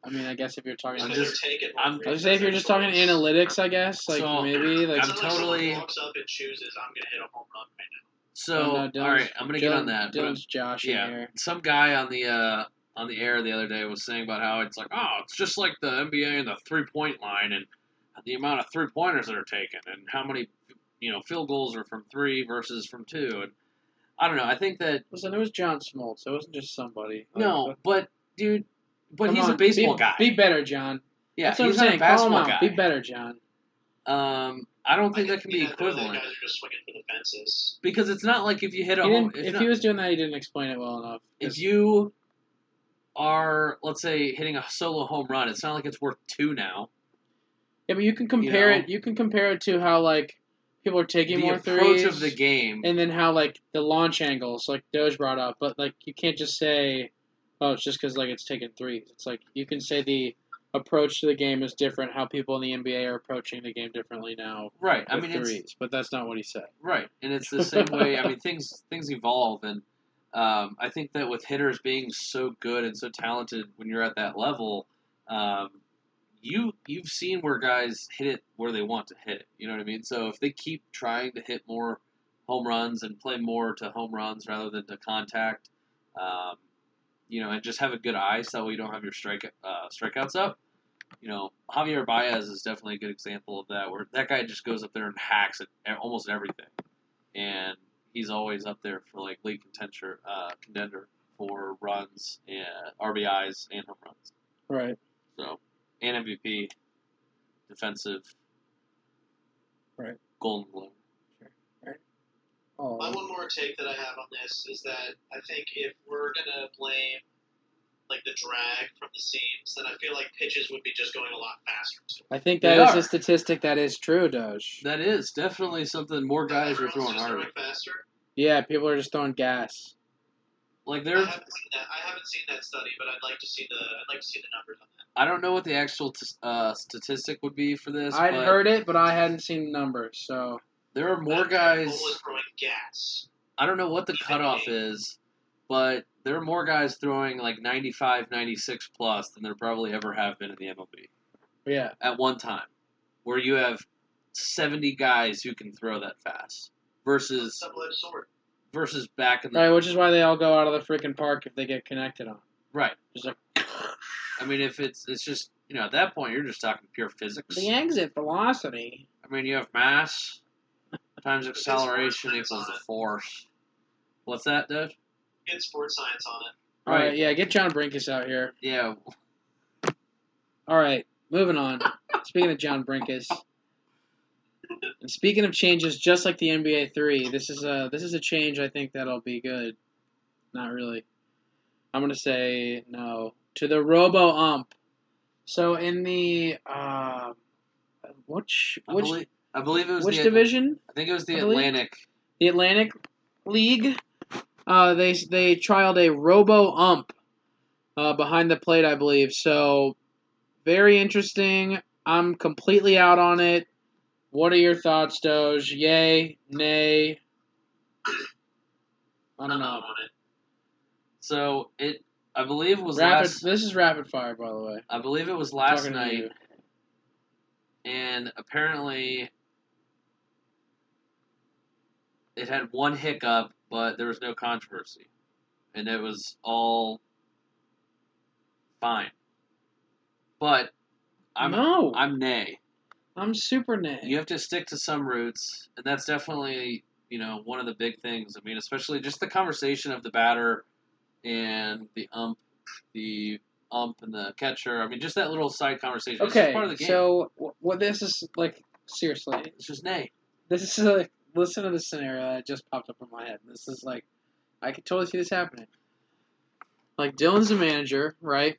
S1: I mean, I guess if you're talking,
S2: I'm
S1: I
S3: Because
S2: just-
S3: they're taking
S2: I'm-
S1: would say if you're just talking analytics, I guess like
S2: So,
S1: maybe like
S2: I'm
S3: Unless someone
S2: totally-
S3: walks up and chooses, I'm gonna hit a home run right now.
S2: So
S1: I Oh, don't know,
S2: all right,
S1: Dylan's-
S2: I'm gonna get on
S1: Dylan-
S2: that. But
S1: Dylan's Josh
S2: yeah.
S1: in here.
S2: some guy on the uh, on the air the other day was saying about how it's like oh it's just like the NBA and the three point line and the amount of three pointers that are taken and how many you know field goals are from three versus from two, and I don't know. I think that
S1: Listen, it was John Smoltz. It wasn't just somebody. Like,
S2: no, but dude, but
S1: come
S2: he's a
S1: on,
S2: baseball
S1: be,
S2: guy.
S1: Be better, John.
S2: yeah,
S1: That's what
S2: he's
S1: I'm
S2: not
S1: saying.
S2: a
S1: Call him
S2: basketball
S1: out.
S2: guy.
S1: Be better, John.
S2: Um, I don't think
S3: I
S2: that can be
S3: you know, those
S2: equivalent
S3: Guys are just swinging for the fences.
S2: because it's not like if you hit a
S1: He
S2: home.
S1: didn't,
S2: It's
S1: if
S2: not,
S1: he was doing that, he didn't explain it well enough.
S2: if
S1: 'Cause
S2: you are let's say hitting a solo home run, it's not like it's worth two now.
S1: Yeah, but you can compare
S2: know?
S1: it. You can compare it to how like people are taking
S2: the
S1: more
S2: approach
S1: threes,
S2: of the game.
S1: and then how like the launch angles, like Doge brought up. But like you can't just say, oh, it's just because like it's taking threes. It's like you can say the approach to the game is different. How people in the NBA are approaching the game differently now.
S2: right. I
S1: with
S2: mean,
S1: threes,
S2: it's
S1: but that's not what he said.
S2: right, and it's the same way. I mean, things things evolve, and um, I think that with hitters being so good and so talented when you're at that level, um, you you've seen where guys hit it where they want to hit it. You know what I mean? So if they keep trying to hit more home runs and play more to home runs rather than to contact, um, you know, and just have a good eye so that way you don't have your strike uh, strikeouts up. You know, Javier Baez is definitely a good example of that, where that guy just goes up there and hacks at at almost everything, and he's always up there for like league contender uh, contender for runs and RBIs and home runs.
S1: Right.
S2: So, and MVP, defensive,
S1: Right.
S2: Golden Globe.
S1: Oh,
S3: My one more take that I have on this is that I think if we're gonna blame like the drag from the seams, then I feel like pitches would be just going a lot faster. Too.
S1: I think
S2: They
S1: that is
S2: are.
S1: a statistic that is true, Doge.
S2: That is definitely something more guys are
S3: Everyone's
S2: throwing
S3: just
S2: harder.
S3: throwing faster.
S1: Yeah, people are just throwing gas.
S2: Like
S3: I
S2: there,
S3: haven't seen that. I haven't seen that study, but I'd like to see the I'd like to see the numbers on that.
S2: I don't know what the actual t- uh, statistic would be for this,
S1: I'd
S2: but
S1: heard it, but I hadn't seen the numbers, so
S2: there are more
S3: That
S2: guys.
S3: Cole is throwing gas.
S2: I don't know what the cutoff is, but there are more guys throwing like 95, 96 plus than there probably ever have been in the MLB
S1: yeah.
S2: at one time, where you have 70 guys who can throw that fast versus
S3: Double-edged sword.
S2: versus back in the
S1: Right, which is why they all go out of the freaking park if they get connected on.
S2: right.
S1: Just like
S2: I mean, if it's it's just you know at that point you're just talking pure physics.
S1: the exit velocity.
S2: I mean, you have mass times
S3: It's
S2: acceleration
S3: worse than
S2: equals the
S3: that.
S2: force. What's that, dude?
S3: Get sports science on it.
S1: All right,
S2: Right.
S1: yeah, get John Brinkus out here.
S2: Yeah,
S1: All right, moving on. speaking of John Brinkus, and speaking of changes, just like the NBA three, this is a this is a change I think that'll be good. Not really. I'm gonna say no to the Robo Ump. So in the uh, which
S2: I
S1: which
S2: believe I believe it was
S1: which
S2: the
S1: division?
S2: I think it was the
S1: I believe-
S2: Atlantic.
S1: the Atlantic League. Uh, they they trialed a robo ump uh, behind the plate, I believe. So very interesting. I'm completely out on it. What are your thoughts, Doge? Yay, nay? I don't
S3: I'm
S2: Oh,
S1: know.
S3: out on it.
S2: So it I believe was
S1: Rapid.
S2: last
S1: This is rapid fire, by the way.
S2: I believe it was last
S1: Talking to
S2: night,
S1: you.
S2: and apparently it had one hiccup, but there was no controversy, and it was all fine. But I'm
S1: no, I'm,
S2: I'm nay.
S1: super nay.
S2: You have to stick to some roots, and that's definitely you know one of the big things. I mean, especially just the conversation of the batter and the ump, the ump and the catcher. I mean, just that little side conversation. It's just
S1: okay,
S2: part of the game.
S1: so wh- what this is like? Seriously,
S2: it's just nay.
S1: This is like listen to this scenario that just popped up in my head. This is like I could totally see this happening. Like Dylan's the manager, right?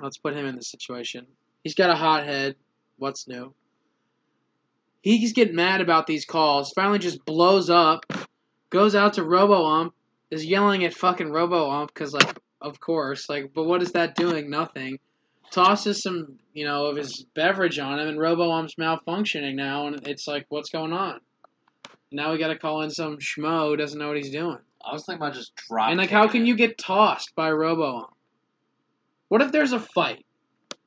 S1: Let's put him in this situation. He's got a hot head. What's new? He's getting mad about these calls. Finally, just blows up, goes out to RoboUmp, is yelling at fucking RoboUmp because, like, of course, like, but what is that doing? Nothing. Tosses some, you know, of his beverage on him, and RoboUmp's malfunctioning now, and it's like, what's going on? Now we got to call in some schmo who doesn't know what he's doing.
S2: I was thinking about just dropping.
S1: And like, how can you get tossed by RoboUmp? What if there's a fight?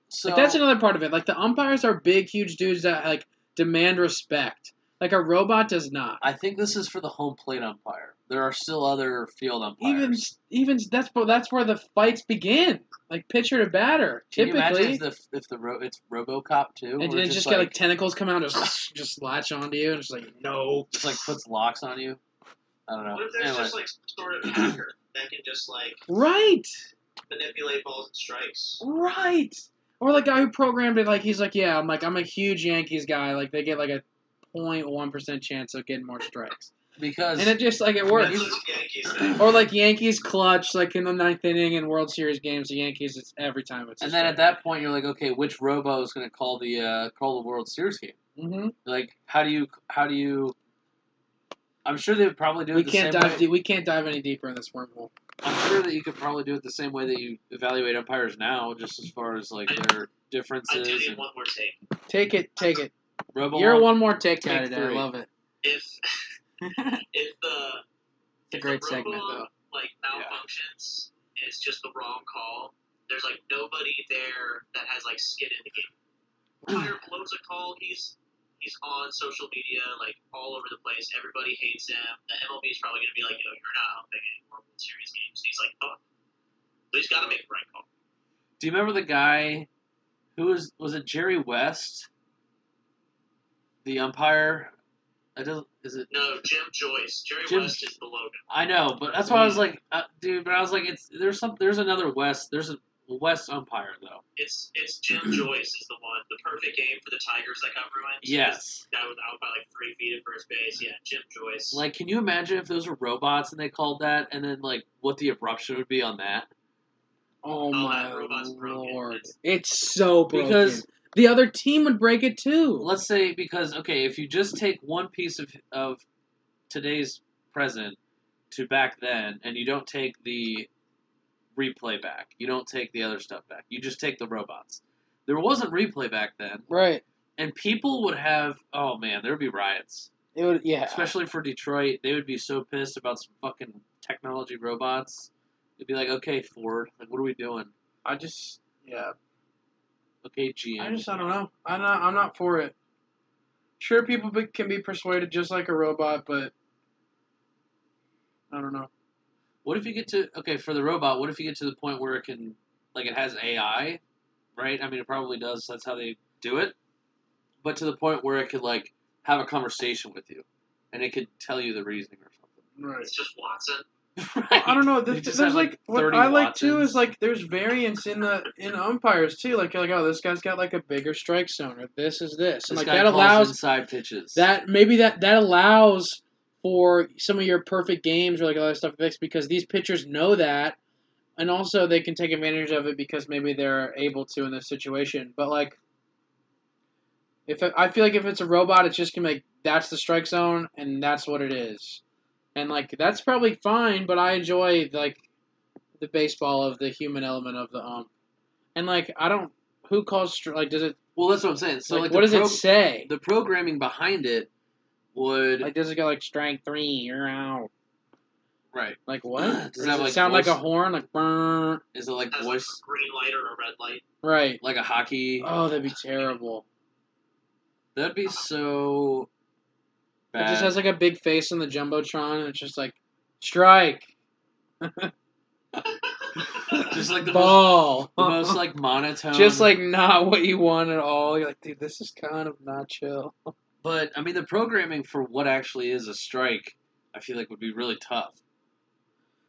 S2: So
S1: Like that's another part of it. Like the umpires are big, huge dudes that like demand respect. Like a robot does not.
S2: I think this is for the home plate umpire. There are still other field umpires.
S1: Even even that's where that's where the fights begin. Like pitcher to batter,
S2: Can you imagine
S1: typically.
S2: if the, if the ro- it's RoboCop too?
S1: and
S2: where
S1: then
S2: it
S1: just, got like tentacles come out and just, just latch onto you and it's like no.
S2: just like puts locks on you. I don't know.
S3: What if there's
S2: Anyway,
S3: just like some sort of hacker that can just like
S1: Right.
S3: manipulate balls and strikes?
S1: Right. Or the guy who programmed it, like he's like, yeah, I'm like, I'm a huge Yankees guy. Like they get like a 0.1 percent chance of getting more strikes,
S2: because
S1: and it just like it
S3: That's
S1: works.
S3: those Yankees thing.
S1: Or like Yankees clutch, like in the ninth inning in World Series games, the Yankees. It's every time. It's
S2: and then at that point you're like, okay, which Robo is going to call the uh, call the World Series game?
S1: hmm
S2: Like, how do you how do you? I'm sure they would probably do it
S1: we
S2: the
S1: can't
S2: same
S1: dive.
S2: way.
S1: Deep, we can't dive any deeper in this wormhole.
S2: I'm sure that you could probably do it the same way that you evaluate umpires now, just as far as like their
S3: I do
S2: differences.
S3: need
S2: And
S3: one more take.
S1: Take it, take it.
S2: Robo
S1: You're
S2: ump-
S1: one more take guy
S2: Take
S1: today. I
S2: three.
S1: love it.
S3: If if the
S1: It's a
S3: if
S1: great
S3: the
S1: segment,
S3: robot,
S1: though.
S3: like malfunctions, and it's just the wrong call. There's like nobody there that has like skin in the game. Umpire blows a call. He's he's on social media like all over the place. Everybody hates him. The MLB is probably gonna be like, yo, you're not helping anymore World Series games. he's like, oh, but he's got to make the right call.
S2: Do you remember the guy who was was it Jerry West? The umpire I don't is it
S3: No, Jim Joyce. Jerry
S2: Jim-
S3: West is below him.
S2: I know, but that's why
S1: Mm-hmm.
S2: I was like uh, dude, but I was like it's there's some there's another West, there's a West umpire though.
S3: It's it's Jim Joyce is the one. The perfect game for the Tigers that got ruined.
S2: Yes.
S3: That was out by like three feet at first base. Yeah, Jim Joyce.
S2: Like can you imagine if those were robots and they called that and then like what the eruption would be on that?
S1: Oh
S3: Oh,
S1: my
S3: that robot's broken.
S1: lord! It's so broken.
S2: Because
S1: the other team would break it too.
S2: let's say because okay, if you just take one piece of of today's present to back then, and you don't take the replay back, you don't take the other stuff back, you just take the robots. There wasn't replay back then,
S1: Right.
S2: and people would have oh man, there would be riots,
S1: It would. Yeah.
S2: especially for Detroit. They would be so pissed about some fucking technology robots. They'd be like, okay, Ford, like what are we doing?
S1: I just. Yeah.
S2: Okay, GM.
S1: I just I don't know. I'm not I'm not for it. Sure, people be, can be persuaded just like a robot, but I don't know.
S2: What if you get to okay for the robot? What if you get to the point where it can like it has AI, right? I mean, it probably does. That's how they do it. But to the point where it could like have a conversation with you, and it could tell you the reasoning or something.
S1: Right.
S3: It's just Watson.
S2: Right?
S1: I don't know.
S2: They
S1: There's,
S2: just
S1: there's
S2: have,
S1: like
S2: like,
S1: what
S2: 30
S1: I like too
S2: Watsons.
S1: is like there's variance in the in umpires too. Like you're like oh this guy's got like a bigger strike zone or this is this and like
S2: This guy
S1: that
S2: calls
S1: allows
S2: inside pitches.
S1: that maybe that that allows for some of your perfect games or like all that stuff fixed because these pitchers know that and also they can take advantage of it because maybe they're able to in this situation but like if it, i feel like if it's a robot it's just gonna make that's the strike zone and that's what it is and like that's probably fine but i enjoy like the baseball of the human element of the ump and like i don't who calls stri- like does it
S2: well, that's what I'm saying. So
S1: like,
S2: like,
S1: what
S2: the
S1: does
S2: pro-
S1: it say
S2: The programming behind it would
S1: like does it go like strike three you're out
S2: right.
S1: Like what?
S2: Does
S1: Does
S2: that,
S1: it
S2: like,
S1: sound like a
S2: voice-
S1: horn? Like brrr.
S2: Is it like
S3: Has like
S2: voice
S3: a green light or a red light.
S1: right?
S2: like a hockey?
S1: Oh, that'd be terrible.
S2: That'd be so. Bad.
S1: It just has like a big face on the jumbotron, and it's just like strike
S2: just like the most,
S1: ball.
S2: the most like monotone.
S1: just like not what you want at all. You're like, dude, this is kind of not chill.
S2: But I mean, the programming for what actually is a strike, I feel like would be really tough.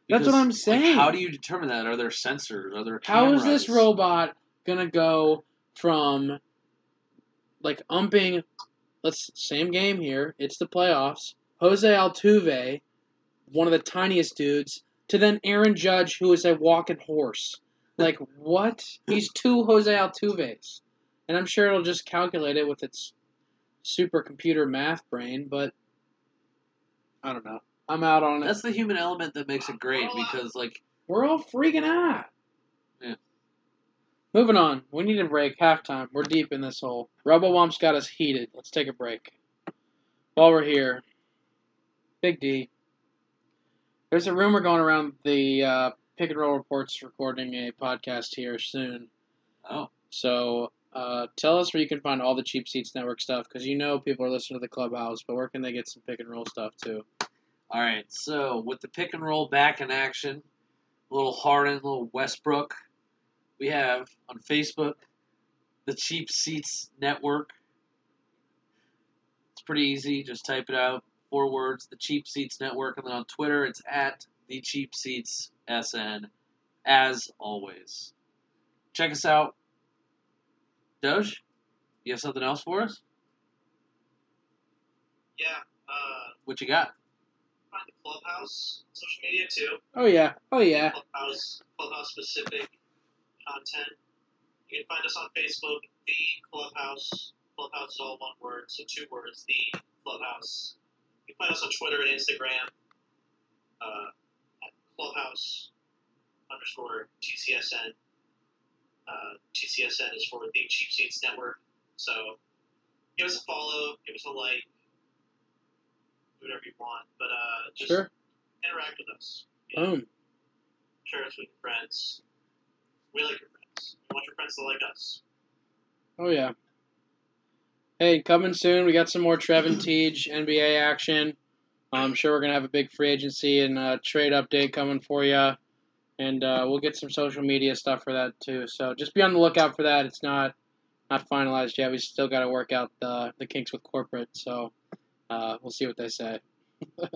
S1: That's what I'm
S2: like,
S1: saying.
S2: how do you determine that? Are there sensors? Are there
S1: How
S2: cameras?
S1: is this robot gonna go from like umping? Let's same game here. It's the playoffs. Jose Altuve, one of the tiniest dudes, to then Aaron Judge, who is a walking horse. Like what? He's two Jose Altuves, and I'm sure it'll just calculate it with its supercomputer math brain. But I don't know. I'm out on it.
S2: That's the human element that makes it great because, like,
S1: We're all freaking out.
S2: Yeah.
S1: Moving on. We need a break. Halftime. We're deep in this hole. RoboWomp's got us heated. Let's take a break. While we're here, Big D. There's a rumor going around the uh, Pick and Roll Reports recording a podcast here soon.
S2: oh,
S1: So Uh, tell us where you can find all the Cheap Seats Network stuff because you know people are listening to the clubhouse, but where can they get some pick and roll stuff too?
S2: All right, so with the pick and roll back in action, a little Harden, a little Westbrook, we have on Facebook the Cheap Seats Network. It's pretty easy. Just type it out. Four words, the Cheap Seats Network. And then on Twitter, it's at the Cheap Seats SN, as always. Check us out. Doge, you have something else for us?
S3: Yeah, uh,
S2: What you got?
S3: find the clubhouse social media too.
S1: Oh yeah, oh yeah.
S3: Clubhouse, clubhouse specific content. You can find us on Facebook, the Clubhouse. Clubhouse is all one word, so two words, the Clubhouse. You can find us on Twitter and Instagram uh, at Clubhouse underscore TCSN. Uh, TCSN is for the Cheap Seats Network. So give us a follow, give us a like, do whatever you want, but uh, just
S1: Sure.
S3: interact with us. You know,
S1: Boom.
S3: Share us with your friends. We like your friends. We want your friends to like us.
S1: Oh yeah. Hey, coming soon. We got some more Trevin Teague NBA action. I'm sure we're gonna have a big free agency and uh, trade update coming for you, and uh, we'll get some social media stuff for that too. So just be on the lookout for that. It's not not finalized yet. We still got to work out the the kinks with corporate. So uh, we'll see what they say.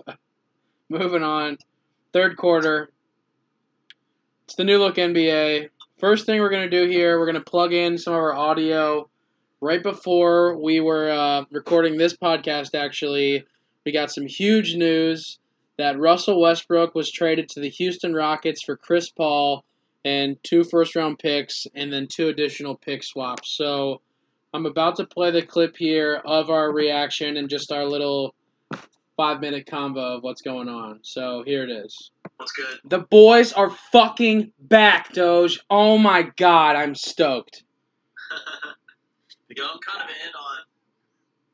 S1: Moving on, third quarter. It's the new look NBA. First thing we're gonna do here, we're gonna plug in some of our audio right before we were uh, recording this podcast, actually, we got some huge news that Russell Westbrook was traded to the Houston Rockets for Chris Paul and two first round picks and then two additional pick swaps. So I'm about to play the clip here of our reaction and just our little five minute combo of what's going on. So here it is.
S3: What's good?
S1: The boys are fucking back, Doge. Oh my god, I'm stoked.
S3: Yo, I'm kind of in on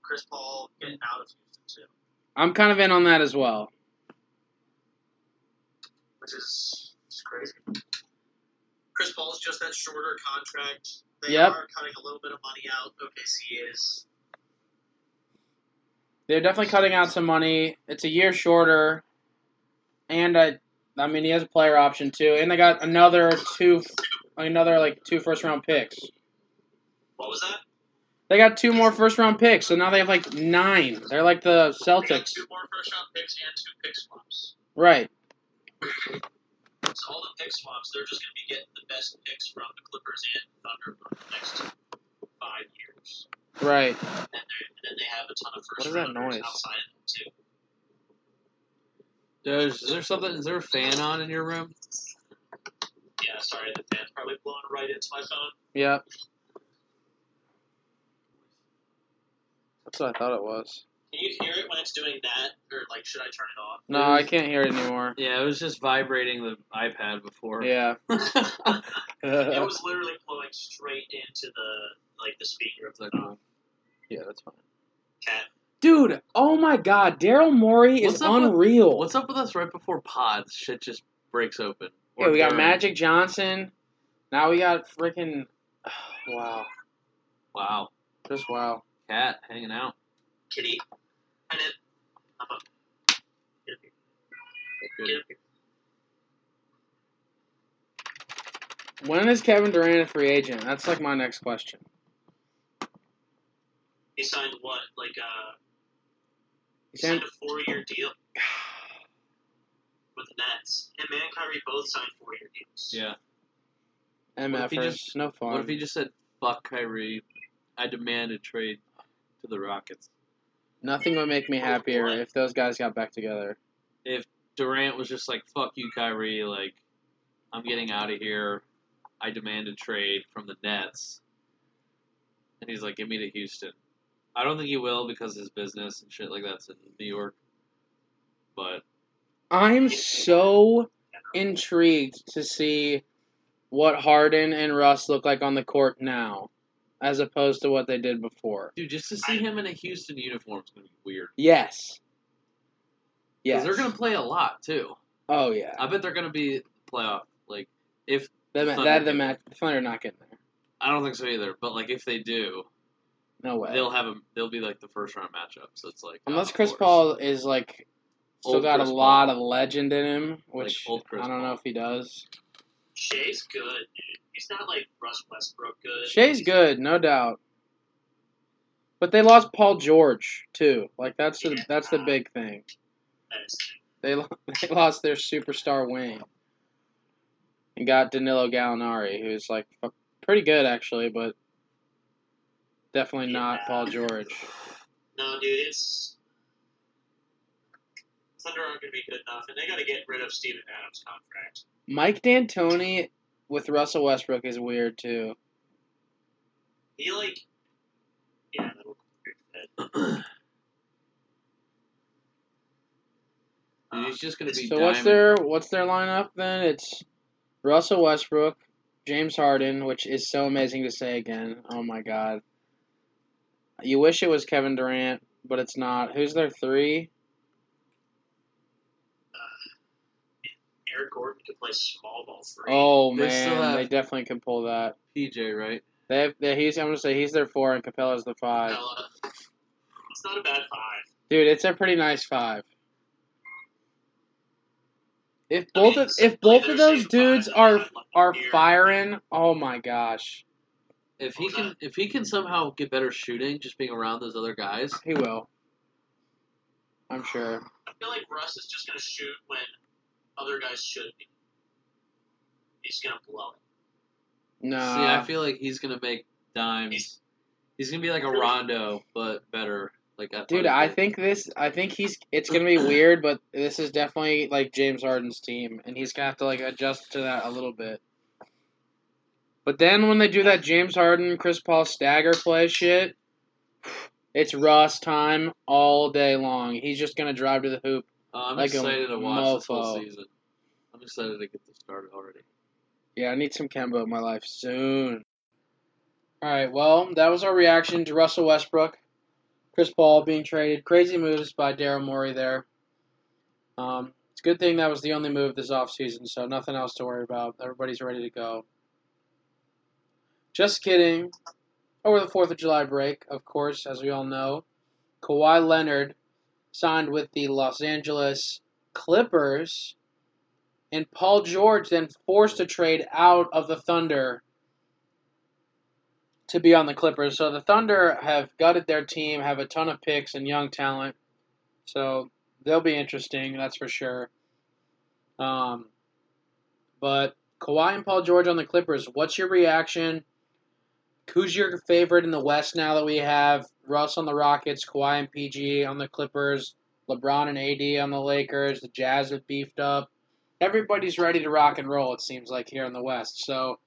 S3: Chris Paul getting out of Houston too,
S1: I'm kind of in on that as well.
S3: which is it's crazy. Chris Paul's just that shorter contract. They
S1: Yep.
S3: are cutting a little bit of money out. OKC is.
S1: They're definitely cutting out some money. It's a year shorter, and I, I mean, he has a player option too, and they got another two, another like two first round picks.
S3: What was that?
S1: They got two more first round picks, so now they have like nine. They're like the
S3: They got
S1: Celtics,
S3: two more first round picks and two pick swaps.
S1: right?
S3: So all the pick swaps, they're just going to be getting the best picks from the Clippers and Thunder for the next five years.
S1: Right.
S3: And then, they- and then they have a ton of
S1: What
S3: first
S1: is that
S3: rounders
S1: noise?
S3: outside of them too.
S2: Doge, is there something? Is there a fan on in your room?
S3: Yeah, sorry, the fan's probably blowing right into my phone.
S1: Yep. That's what I thought it was.
S3: Can you hear it when it's doing that, or like should I turn it off?
S1: No, I can't hear it anymore.
S2: Yeah, it was just vibrating the iPad before.
S1: Yeah.
S2: It's
S3: It
S1: yeah,
S3: was literally blowing straight into the like the speaker of the
S2: like,
S3: phone.
S1: that's fine.
S3: Cat.
S1: Dude, oh my God, Daryl Morey is
S2: What's up with-
S1: unreal.
S2: What's up with us right before pods? Shit just breaks open.
S1: Yeah, we got
S2: during.
S1: Magic Johnson. Now we got freaking wow,
S2: Wow,
S1: just wow.
S2: cat hanging out.
S3: Kitty. And it. Uh-huh. I'm up. Get up here. Get
S2: Good.
S3: up here.
S1: When is Kevin Durant a free agent? That's like my next question.
S3: He signed what? Like uh.
S1: He
S3: He
S1: signed-
S3: signed a four-year deal with the Nets. Him and Kyrie both signed four-year deals.
S2: Yeah. What if he
S1: MFers,
S2: just-
S1: no fun.
S2: What if he just said, "Fuck Kyrie, I demand a trade to the Rockets."
S1: Nothing would make me happier if those guys got back together.
S2: Durant was just like, "Fuck you, Kyrie. Like, I'm getting out of here. I demand a trade from the Nets." And he's like, "Give me to Houston." I don't think he will because his business and shit like that's in New York. But
S1: I'm so intrigued to see what Harden and Russ look like on the court now, as opposed to what they did before.
S2: dude, just to see him in a Houston uniform is gonna be weird.
S1: Yes. Yes.
S2: Because they're gonna play a lot too.
S1: oh yeah.
S2: I bet they're gonna be playoff. Like, if
S1: That,
S2: Thunder
S1: that the
S2: do.
S1: match. Thunder not getting there.
S2: I don't think so either. But like, if they do,
S1: No way.
S2: they'll have a, they'll be like the first round matchup. So it's like
S1: Unless
S2: uh,
S1: Chris
S2: of course.
S1: Paul is like still
S2: Old
S1: got
S2: Chris
S1: a
S2: Paul.
S1: lot of legend in him, which
S2: old Chris
S1: I don't know
S2: Paul.
S1: if he does.
S3: Shea's good, dude. He's not like Russ Westbrook good.
S1: Shea's
S3: He's-
S1: good, no doubt. But they lost Paul George too. Like that's the that's the big thing.
S3: that's-
S1: They lo- they lost their superstar wing and got Danilo Gallinari, who's like fu- pretty good actually, but definitely not
S3: Yeah.
S1: Paul George.
S3: No, dude, it's Thunder aren't gonna be good enough, and they gotta get rid of Steven Adams' contract.
S1: Mike D'Antoni with Russell Westbrook is weird too.
S3: He like, yeah, that'll
S2: And
S3: um,
S2: he's just gonna be.
S1: So what's
S2: diamond-
S1: their what's their lineup then? It's Russell Westbrook, James Harden, which is so amazing to say again. Oh my god. You wish it was Kevin Durant, but it's not. Who's their three?
S3: Eric Gordon could play small ball three.
S1: Oh
S2: They
S1: man,
S2: still have-
S1: they definitely can pull that.
S2: PJ, right?
S1: They have, they, he's I'm gonna say he's their four and Capella's the five.
S3: Capella. It's not a bad five.
S1: Dude, it's a pretty nice five. If
S3: I
S1: both
S3: mean,
S1: of if both of
S3: there's
S1: those
S3: a
S1: dudes
S3: five,
S1: are
S3: I'd love to
S1: are
S3: hear.
S1: firing, oh my gosh,
S2: If he can, if he can somehow get better shooting, just being around those other guys.
S1: he will. I'm sure.
S3: I feel like Russ is just gonna shoot when other guys should be. He's gonna blow it.
S1: No.
S2: See, I feel like he's gonna make dimes. He's gonna be like a Rondo, but better. Like
S1: Dude, I
S2: athletically.
S1: think this. I think he's. It's gonna be weird, but this is definitely like James Harden's team, and he's gonna have to like adjust to that a little bit. But then when they do that James Harden, Chris Paul stagger play shit, it's Russ time all day long. He's just gonna drive to the hoop.
S2: Uh, I'm
S1: like a
S2: excited to watch this whole
S1: mofo.
S2: season. I'm excited to get this started already.
S1: Yeah, I need some Kemba in my life soon. All right, well, that was our reaction to Russell Westbrook, Chris Paul being traded. Crazy moves by Daryl Morey there. Um, it's a good thing that was the only move this offseason, so nothing else to worry about. Everybody's ready to go. Just kidding. Over the 4th of July break, of course, as we all know, Kawhi Leonard signed with the Los Angeles Clippers, and Paul George then forced a trade out of the Thunder to be on the Clippers. So the Thunder have gutted their team, have a ton of picks and young talent. So they'll be interesting, that's for sure. Um, but Kawhi and Paul George on the Clippers, what's your reaction? Who's your favorite in the West now that we have Russ on the Rockets, Kawhi and PG on the Clippers, LeBron and AD on the Lakers, the Jazz have beefed up. Everybody's ready to rock and roll, it seems like, here in the West. So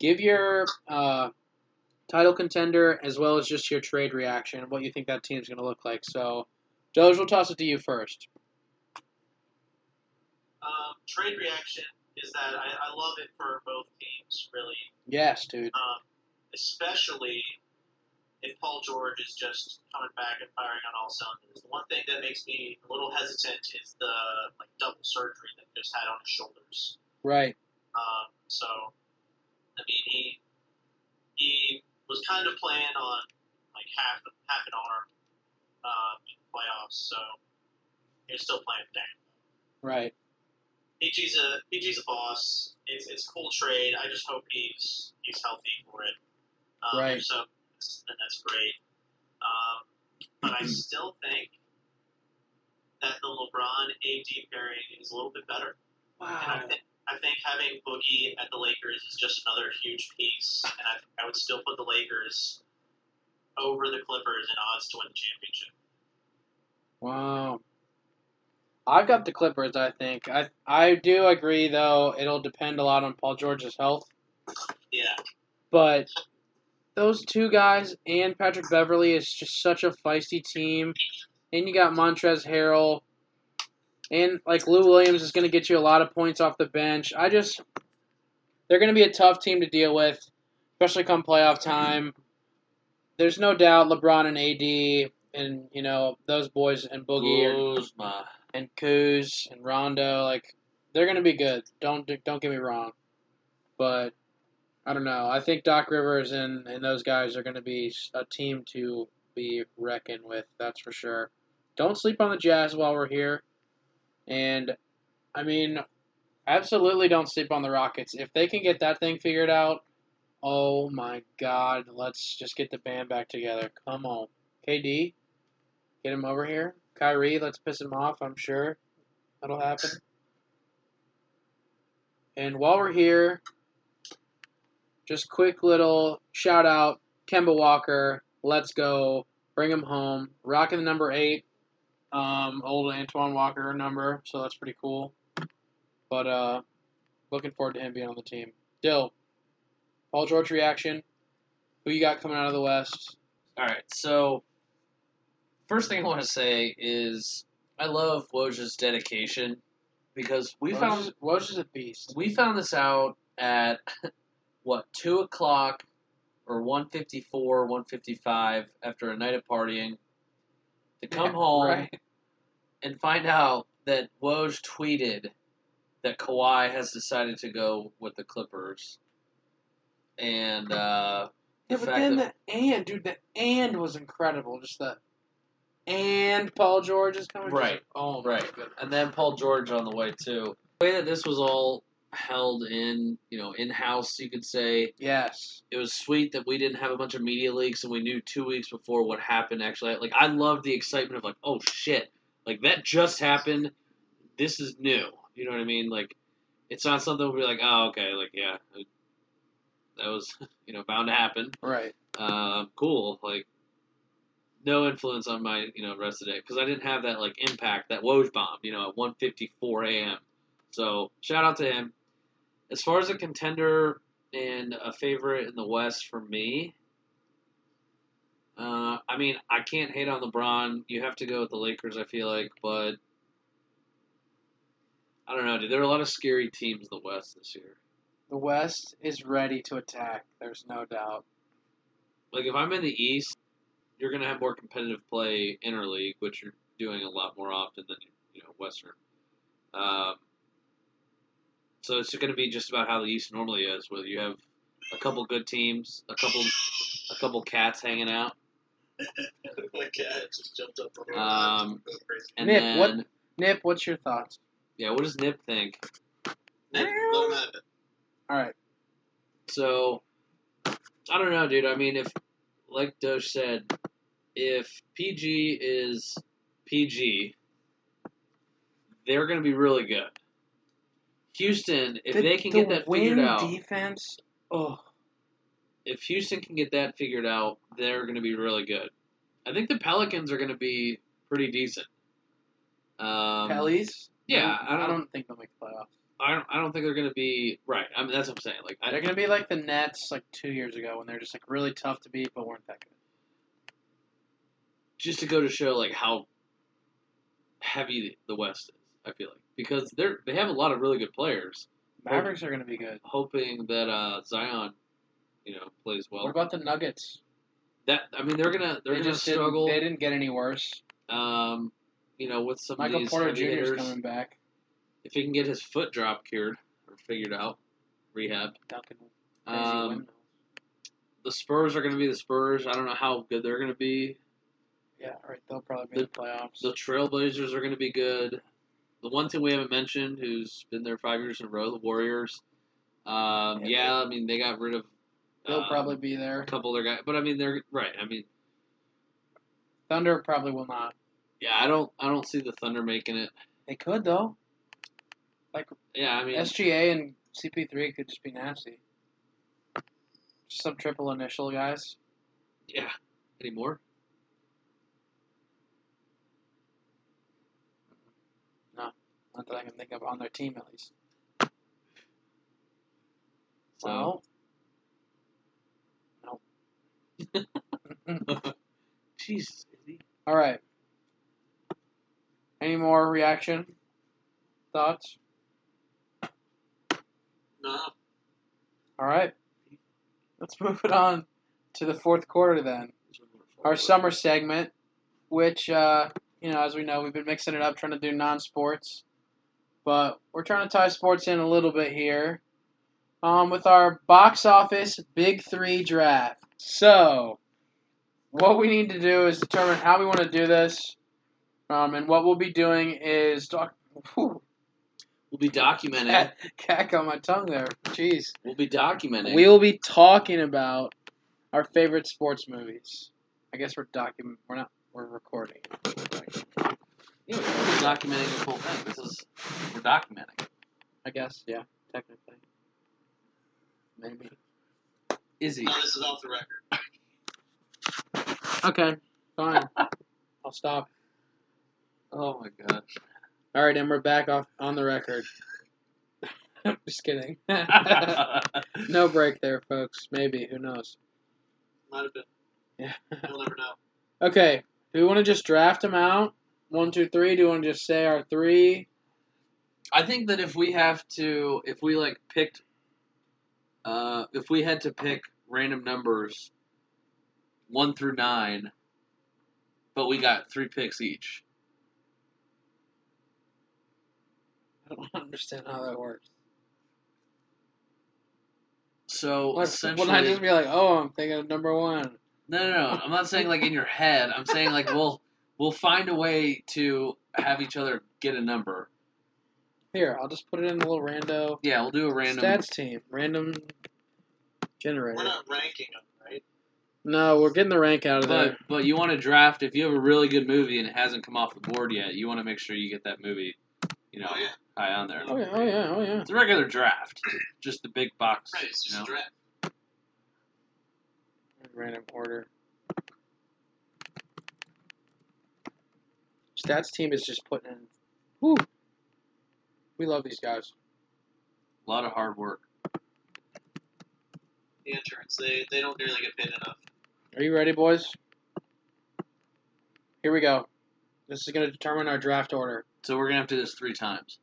S1: give your uh, title contender as well as just your trade reaction and what you think that team's going to look like. So, Doge, we'll toss it to you first.
S3: Um, trade reaction is that I, I love it for both teams, really.
S1: Yes, dude.
S3: um, especially if Paul George is just coming back and firing on all cylinders. The one thing that makes me a little hesitant is the like double surgery that he just had on his shoulders.
S1: Right.
S3: Um, so, I mean, he he was kind of playing on like half half an arm um, in the playoffs, so he's still playing down.
S1: Right.
S3: PG's a PG's a boss. It's it's a cool trade. I just hope he's he's healthy for it. Um,
S1: Right.
S3: So that's- and that's great. Um, but I still think that the LeBron AD pairing is a little bit better. And I think I think having Boogie at the Lakers is just another huge piece. And I think I would still put the Lakers over the Clippers in odds to win the championship.
S1: Wow. I've got the Clippers, I think. I I do agree though, it'll depend a lot on Paul George's health,
S3: Yeah.
S1: but those two guys and Patrick Beverly is just such a feisty team. And you got Montrez Harrell and like Lou Williams is going to get you a lot of points off the bench. I just they're going to be a tough team to deal with, especially come playoff time. There's no doubt LeBron and AD and you know those boys and Boogie are
S2: Kuzma.
S1: and Kuz and Rondo, like they're gonna be good. Don't don't get me wrong, but I don't know. I think Doc Rivers and, and those guys are going to be s- a team to be reckoned with. That's for sure. Don't sleep on the Jazz while we're here. And, I mean, absolutely don't sleep on the Rockets. If they can get that thing figured out, oh my God, let's just get the band back together. Come on. KD, get him over here. Kyrie, let's piss him off, I'm sure. That'll happen. And while we're here, just quick little shout out Kemba Walker. Let's go. Bring him home. Rocking the number eight. Um, old Antoine Walker number, so that's pretty cool. But uh, looking forward to him being on the team. Dill, Paul George reaction. Who you got coming out of the West?
S2: All right. So, first thing I want to say is I love Woj's dedication because we
S1: Woj-
S2: found
S1: Woj is a beast.
S2: we found this out at what two o'clock or 154 155 after a night of partying to come
S1: Yeah,
S2: home
S1: right.
S2: and find out that Woj tweeted that Kawhi has decided to go with the Clippers and uh, the
S1: Yeah, but
S2: fact
S1: then
S2: that
S1: the and dude, the and was incredible. Just the and Paul George is coming. just
S2: Right.
S1: like, oh my
S2: Right.
S1: goodness.
S2: and then Paul George on the way too. The way that this was all held in, you know, in house, you could say
S1: Yes.
S2: it was sweet that we didn't have a bunch of media leaks and we knew two weeks before what happened. Actually, like I loved the excitement of like, oh shit, like that just happened. This is new. You know what I mean? Like, it's not something we're like, oh okay, like yeah, it- that was you know bound to happen.
S1: Right.
S2: Um, cool. Like, no influence on my you know rest of the day because I didn't have that like impact that Woj bomb you know at 1:54 a.m. So shout out to him. As far as a contender and a favorite in the West for me, uh, I mean I can't hate on LeBron. You have to go with the Lakers. I feel like, but I don't know, dude. There are a lot of scary teams in the West this year.
S1: The West is ready to attack. There's no doubt.
S2: Like if I'm in the East, you're gonna have more competitive play interleague, which you're doing a lot more often than you know Western. Um, so it's gonna be just about how the East normally is, whether you have a couple good teams, a couple a couple cats hanging out,
S3: like, uh, just jumped up. the wall.
S2: um,
S3: That's crazy.
S2: and
S1: Nick,
S2: then
S1: what- Nip, what's your thoughts?
S2: yeah, what does Nip think?
S3: Let him have it.
S1: All right.
S2: So I don't know, dude. I mean, if like Doge said, if PG is PG, they're gonna be really good. Houston, if
S1: The-
S2: they can
S1: the
S2: get that figured
S1: wing
S2: out,
S1: defense. Oh,
S2: if Houston can get that figured out, they're going to be really good. I think the Pelicans are going to be pretty decent. Um,
S1: Pellies.
S2: Yeah, I
S1: I
S2: don't,
S1: don't think they'll make the playoffs.
S2: I don't, I don't think they're going to be right. I mean, that's what I'm saying. Like,
S1: They're
S2: I,
S1: gonna be like the Nets, like two years ago, when they're just like really tough to beat, but weren't that good.
S2: just to go to show like how heavy the West is. I feel like because they're they have a lot of really good players.
S1: Mavericks are gonna be good.
S2: Hoping that uh, Zion, you know, plays well.
S1: What about the Nuggets?
S2: that I mean, they're gonna they're
S1: they
S2: gonna
S1: just didn't-
S2: struggle.
S1: They didn't get any worse.
S2: um, you know, with some of
S1: Michael
S2: these
S1: Porter
S2: heavy
S1: Jr. is
S2: hitters.
S1: coming back.
S2: if he can get his foot drop cured or figured out, rehab.
S1: Duncan. crazy
S2: Um,
S1: windmills.
S2: the Spurs are going to be the Spurs. I don't know how good they're going to be.
S1: Yeah, right. They'll probably make the, playoffs.
S2: The Trailblazers are going to be good. The one thing we haven't mentioned, who's been there five years in a row, the Warriors. Um,
S1: Yeah.
S2: yeah, I mean they got rid of.
S1: They'll
S2: um,
S1: probably be
S2: a
S1: there.
S2: couple of their guys, but I mean they're right. I mean,
S1: Thunder probably will not.
S2: yeah, I don't, I don't see the Thunder making it.
S1: They could though.
S2: Yeah, I mean,
S1: SGA and CP3 could just be nasty. Just some triple initial guys.
S2: yeah, anymore.
S1: Not that I can think of on their team at least.
S2: So
S1: Well,
S2: Jesus, Izzy.
S1: all right. Any more reaction? Thoughts?
S3: No,
S1: All right. Let's move it on to the fourth quarter then. Our summer segment, which, uh, you know, as we know, we've been mixing it up, trying to do non sports. But we're trying to tie sports in a little bit here. um, with our box office big three draft. So, what we need to do is determine how we want to do this. Um, and what we'll be doing is talk. Whew,
S2: We'll be documenting.
S1: cat, cat got my tongue there. Jeez.
S2: We'll be documenting.
S1: We will be talking about our favorite sports movies. I guess we're document. We're not. We're recording.
S2: Yeah, we'll be documenting the whole thing. This is we're documenting.
S1: I guess. Yeah. Technically. Maybe.
S2: Izzy,
S3: No, this is off the record.
S1: Okay. Fine. I'll stop.
S2: oh my god.
S1: All right, and we're back off on the record. Just kidding. no break there, folks. Maybe. Who knows?
S3: Might have been. You'll never know.
S1: Okay. Do we want to just draft them out? One, two, three. Do you want to just say our three?
S2: I think that if we have to, if we like picked, uh, if we had to pick random numbers, one through nine, but we got three picks each.
S1: I don't understand how that works.
S2: So
S1: What,
S2: essentially,
S1: wouldn't I just be like, oh, I'm thinking of number one?
S2: no, no, no. I'm not saying like in your head. I'm saying like we'll we'll find a way to have each other get a number.
S1: Here, I'll just put it in a little rando
S2: Yeah, we'll do a random.
S1: stats team, random generator.
S3: We're not ranking them, right?
S1: No, we're getting the rank out of
S2: But
S1: there.
S2: but you want to draft if you have a really good movie and it hasn't come off the board yet. You want to make sure you get that movie, you know,
S3: Oh, yeah.
S2: high on there.
S1: Oh yeah, oh yeah, oh yeah.
S2: It's a regular draft, just the big box.
S3: Right, it's
S2: you
S3: just
S2: know?
S3: a draft.
S1: Random order. Stats team is just putting in. Woo. We love these guys.
S2: A lot of hard work.
S3: The insurance, they, they don't nearly get paid enough.
S1: Are you ready, boys? Here we go. This is going to determine our draft order.
S2: So we're gonna have to do this three times.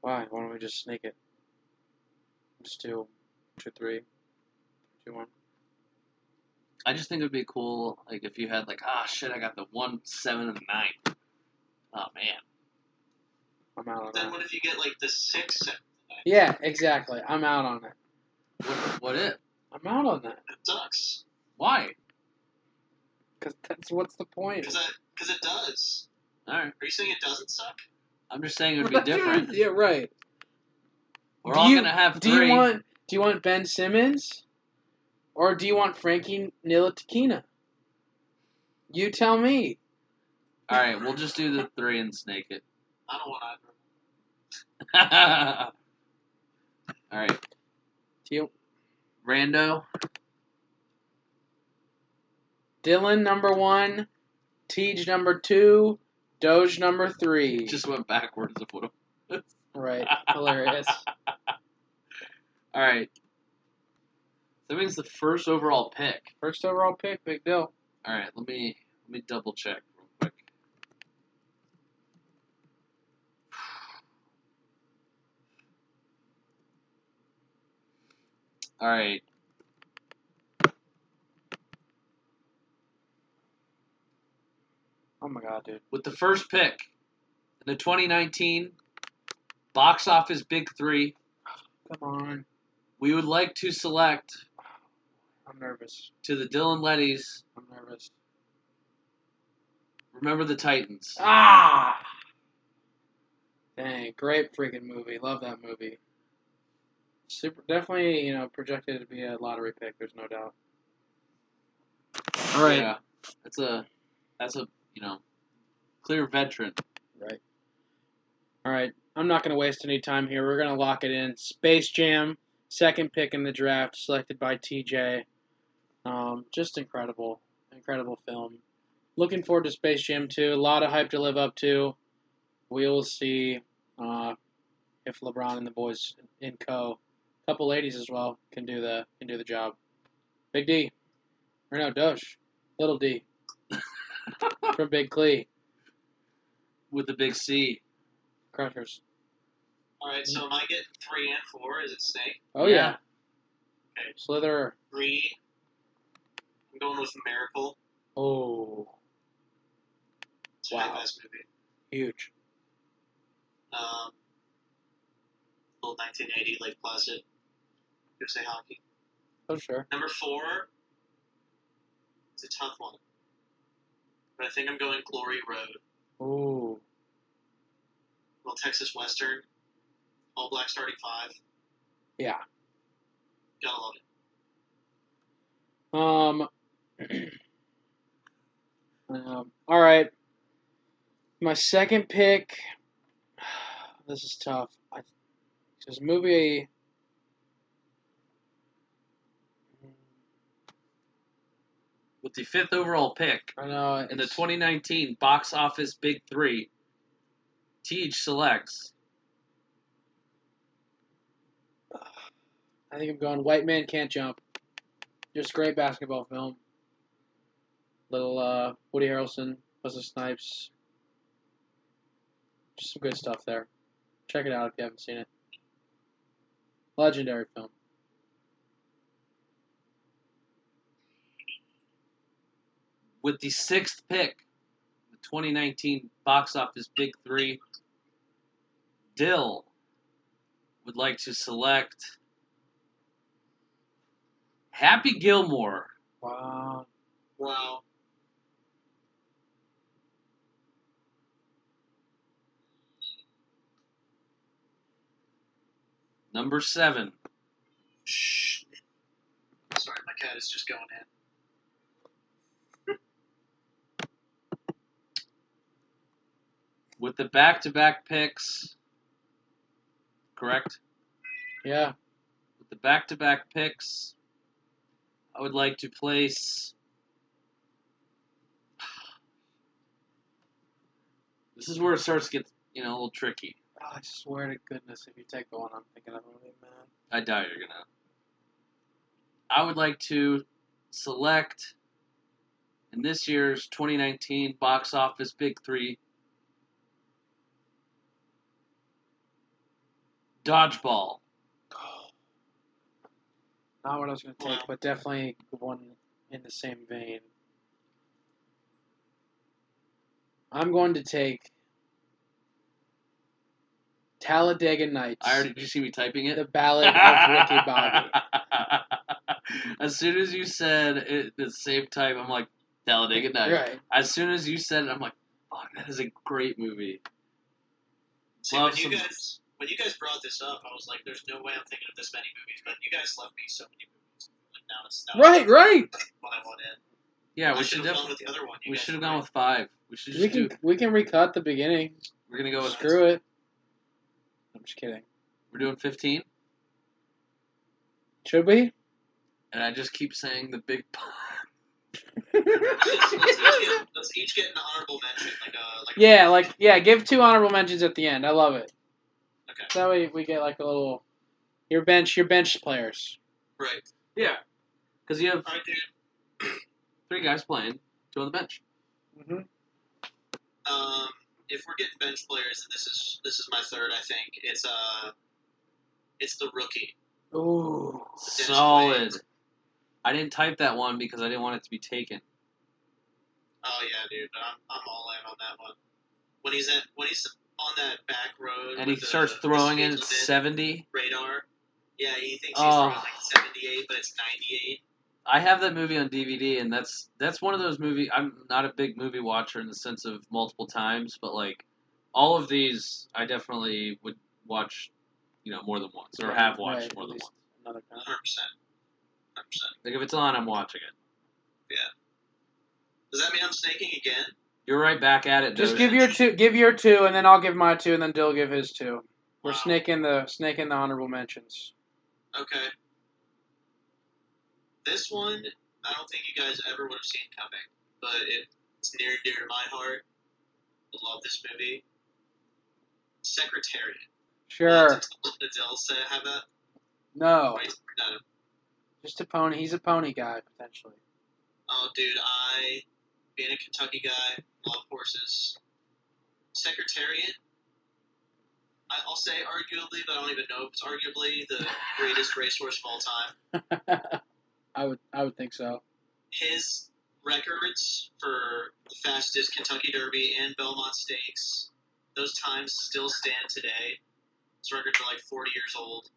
S1: Why? Why don't we just sneak it? Just do two, three, two, one.
S2: I just think it would be cool, like if you had like, ah, shit, I got the one seven and the nine. Oh man,
S1: I'm out on
S3: Then
S1: that.
S3: what if you get like the six? seven, nine?
S1: Yeah, exactly. I'm out on it.
S2: what, what if?
S1: I'm out on that.
S3: It sucks.
S2: Why?
S1: Because that's what's the point.
S3: Because it does.
S2: All right,
S3: Are you saying it doesn't suck?
S2: I'm just saying it would be different.
S1: yeah, right.
S2: We're
S1: Do
S2: all
S1: you-
S2: gonna have
S1: Do
S2: three.
S1: you want do you want Ben Simmons? Or do you want Frankie Nilitakina? You tell me.
S2: All right, we'll just do the three and snake it.
S3: I don't want either.
S2: all right,
S1: Do you
S2: Rando.
S1: Dylan number one, Tej number two, Doge number three.
S2: Just went backwards of what.
S1: right, hilarious.
S2: All right. That means the first overall pick.
S1: First overall pick, big deal.
S2: All right, let me let me double check real quick. All right.
S1: Oh my god, dude.
S2: with the first pick in the 2019 box office big three,
S1: Come on,
S2: we would like to select
S1: I'm nervous.
S2: to the Dylan Lettys,
S1: I'm nervous.
S2: Remember the Titans.
S1: Ah. Dang, great freaking movie. Love that movie. Super, definitely, you know, projected to be a lottery pick. There's no doubt. All right,
S2: Yeah, that's a that's a you know clear veteran.
S1: right, all right. I'm not gonna waste any time here. We're gonna lock it in. Space Jam, second pick in the draft, selected by TJ. Um, just incredible, incredible film. Looking forward to Space Jam 2. A lot of hype to live up to. We will see uh, if LeBron and the boys in co, a couple ladies as well, can do the can do the job. Big D, or no Dosh, Little D, from Big Clee
S2: with the big C.
S1: Crushers.
S3: All right, so am I getting three and four? Is it snake?
S1: Oh yeah,
S2: Yeah.
S3: Okay.
S1: Slitherer.
S3: Three. I'm going with Miracle.
S1: Oh,
S3: It's
S1: Wow.
S3: my best movie.
S1: huge.
S3: Um, little 1980 Lake Placid. gonna say hockey.
S1: Oh sure.
S3: Number four. It's a tough one, but I think I'm going Glory Road.
S1: Ooh.
S3: Well, Texas Western, All Black starting five.
S1: Yeah.
S3: Gotta love it.
S1: Um. um, all right. My second pick. This is tough. I, this movie.
S2: With the fifth overall pick
S1: I know.
S2: in the
S1: it's-
S2: 2019 box office Big Three, Teach selects
S1: I think I'm going. White man can't jump. Just great basketball film. Little uh, Woody Harrelson, Wesley Snipes. Just some good stuff there. Check it out if you haven't seen it. Legendary film.
S2: with the sixth pick in the 2019 box office Big Three. Dill would like to select Happy Gilmore.
S1: Wow.
S3: Wow.
S2: Number seven.
S3: Shh. Sorry, my cat is just going in.
S2: With the back to back picks, correct?
S1: Yeah.
S2: With the back to back picks, I would like to place. This is where it starts to get, you know, a little tricky.
S1: Oh, I swear to goodness, if you take the one I'm thinking of, I'm gonna be mad.
S2: I doubt you're gonna. I would like to select in this year's 2019 box office Big Three Dodgeball.
S1: Not what I was gonna take,
S3: Wow.
S1: but definitely the one in the same vein. I'm going to take Talladega Nights.
S2: I already did you see me typing it?
S1: the Ballad of Ricky Bobby.
S2: as soon as you said it the same time, I'm like, Talladega Nights.
S1: Right.
S2: As soon as you said it, I'm like, fuck, that is a great movie.
S3: See,
S2: Love
S3: when you
S2: some-
S3: guys when you guys brought this up, I was like, "There's no way I'm thinking of this many movies," but you guys left me so many movies. Like, now it's not
S1: Right, right.
S3: What I want in.
S2: Yeah,
S3: I
S2: we should
S3: should have gone
S2: definitely.
S3: with the other one. you
S2: We
S3: guys
S2: should have
S3: were
S2: gone
S3: right.
S2: with five. We should just
S1: We
S2: do.
S1: can we can recut the beginning.
S2: We're gonna go with.
S1: Screw it. I'm just kidding.
S2: We're doing 15,
S1: Should we?
S2: and I just keep saying the big. pun.
S3: let's, let's each get, let's each get an honorable mention, like a like.
S1: yeah, like yeah, give two honorable mentions at the end. I love it.
S3: Okay.
S1: That way we get like a little your bench your bench players.
S3: Right.
S2: Yeah, because you have
S3: All right, dude.
S2: three guys playing, two on the bench.
S1: Mm-hmm.
S3: Um, if we're getting bench players, and this is this is my third, I think it's uh, it's the rookie.
S1: Ooh.
S2: Solid. I didn't type that one because I didn't want it to be taken.
S3: Oh yeah, dude, I'm, I'm all in on that one. When he's at when he's on that back road,
S2: And he
S3: with the-
S2: starts
S3: the
S2: throwing
S3: speed
S2: in at
S3: limit
S2: 70.
S3: radar. Yeah, he thinks he's
S2: Oh.
S3: throwing like 78, but it's 98.
S2: I have that movie on DVD, and that's that's one of those movie. I'm not a big movie watcher in the sense of multiple times, but like all of these, I definitely would watch, you know, more than once or have watched
S1: Right,
S2: more
S1: at
S2: than
S1: least
S2: once.
S1: another time.
S3: 100. percent 100. percent
S2: Like if it's on, I'm watching it.
S3: Does that mean I'm snaking again?
S2: You're right back at it.
S1: Just
S2: Doja.
S1: give your two, give your two, and then I'll give my two, and then Dill give his two. We're
S3: Wow.
S1: snaking the snaking the honorable mentions.
S3: Okay. This one, I don't think you guys ever would have seen coming, but it, it's near and dear to my heart. I love this movie. Secretary.
S1: Sure.
S3: Adele said, "Have a
S1: No.
S3: no,
S1: Just a pony. He's a pony guy potentially.
S3: Oh, dude, I, being a Kentucky guy, love horses. Secretariat, I- I'll say arguably, but I don't even know if it's arguably the greatest racehorse of all time.
S1: I would I would think so.
S3: His records for the fastest Kentucky Derby and Belmont Stakes, those times still stand today. His records are like 40 years old.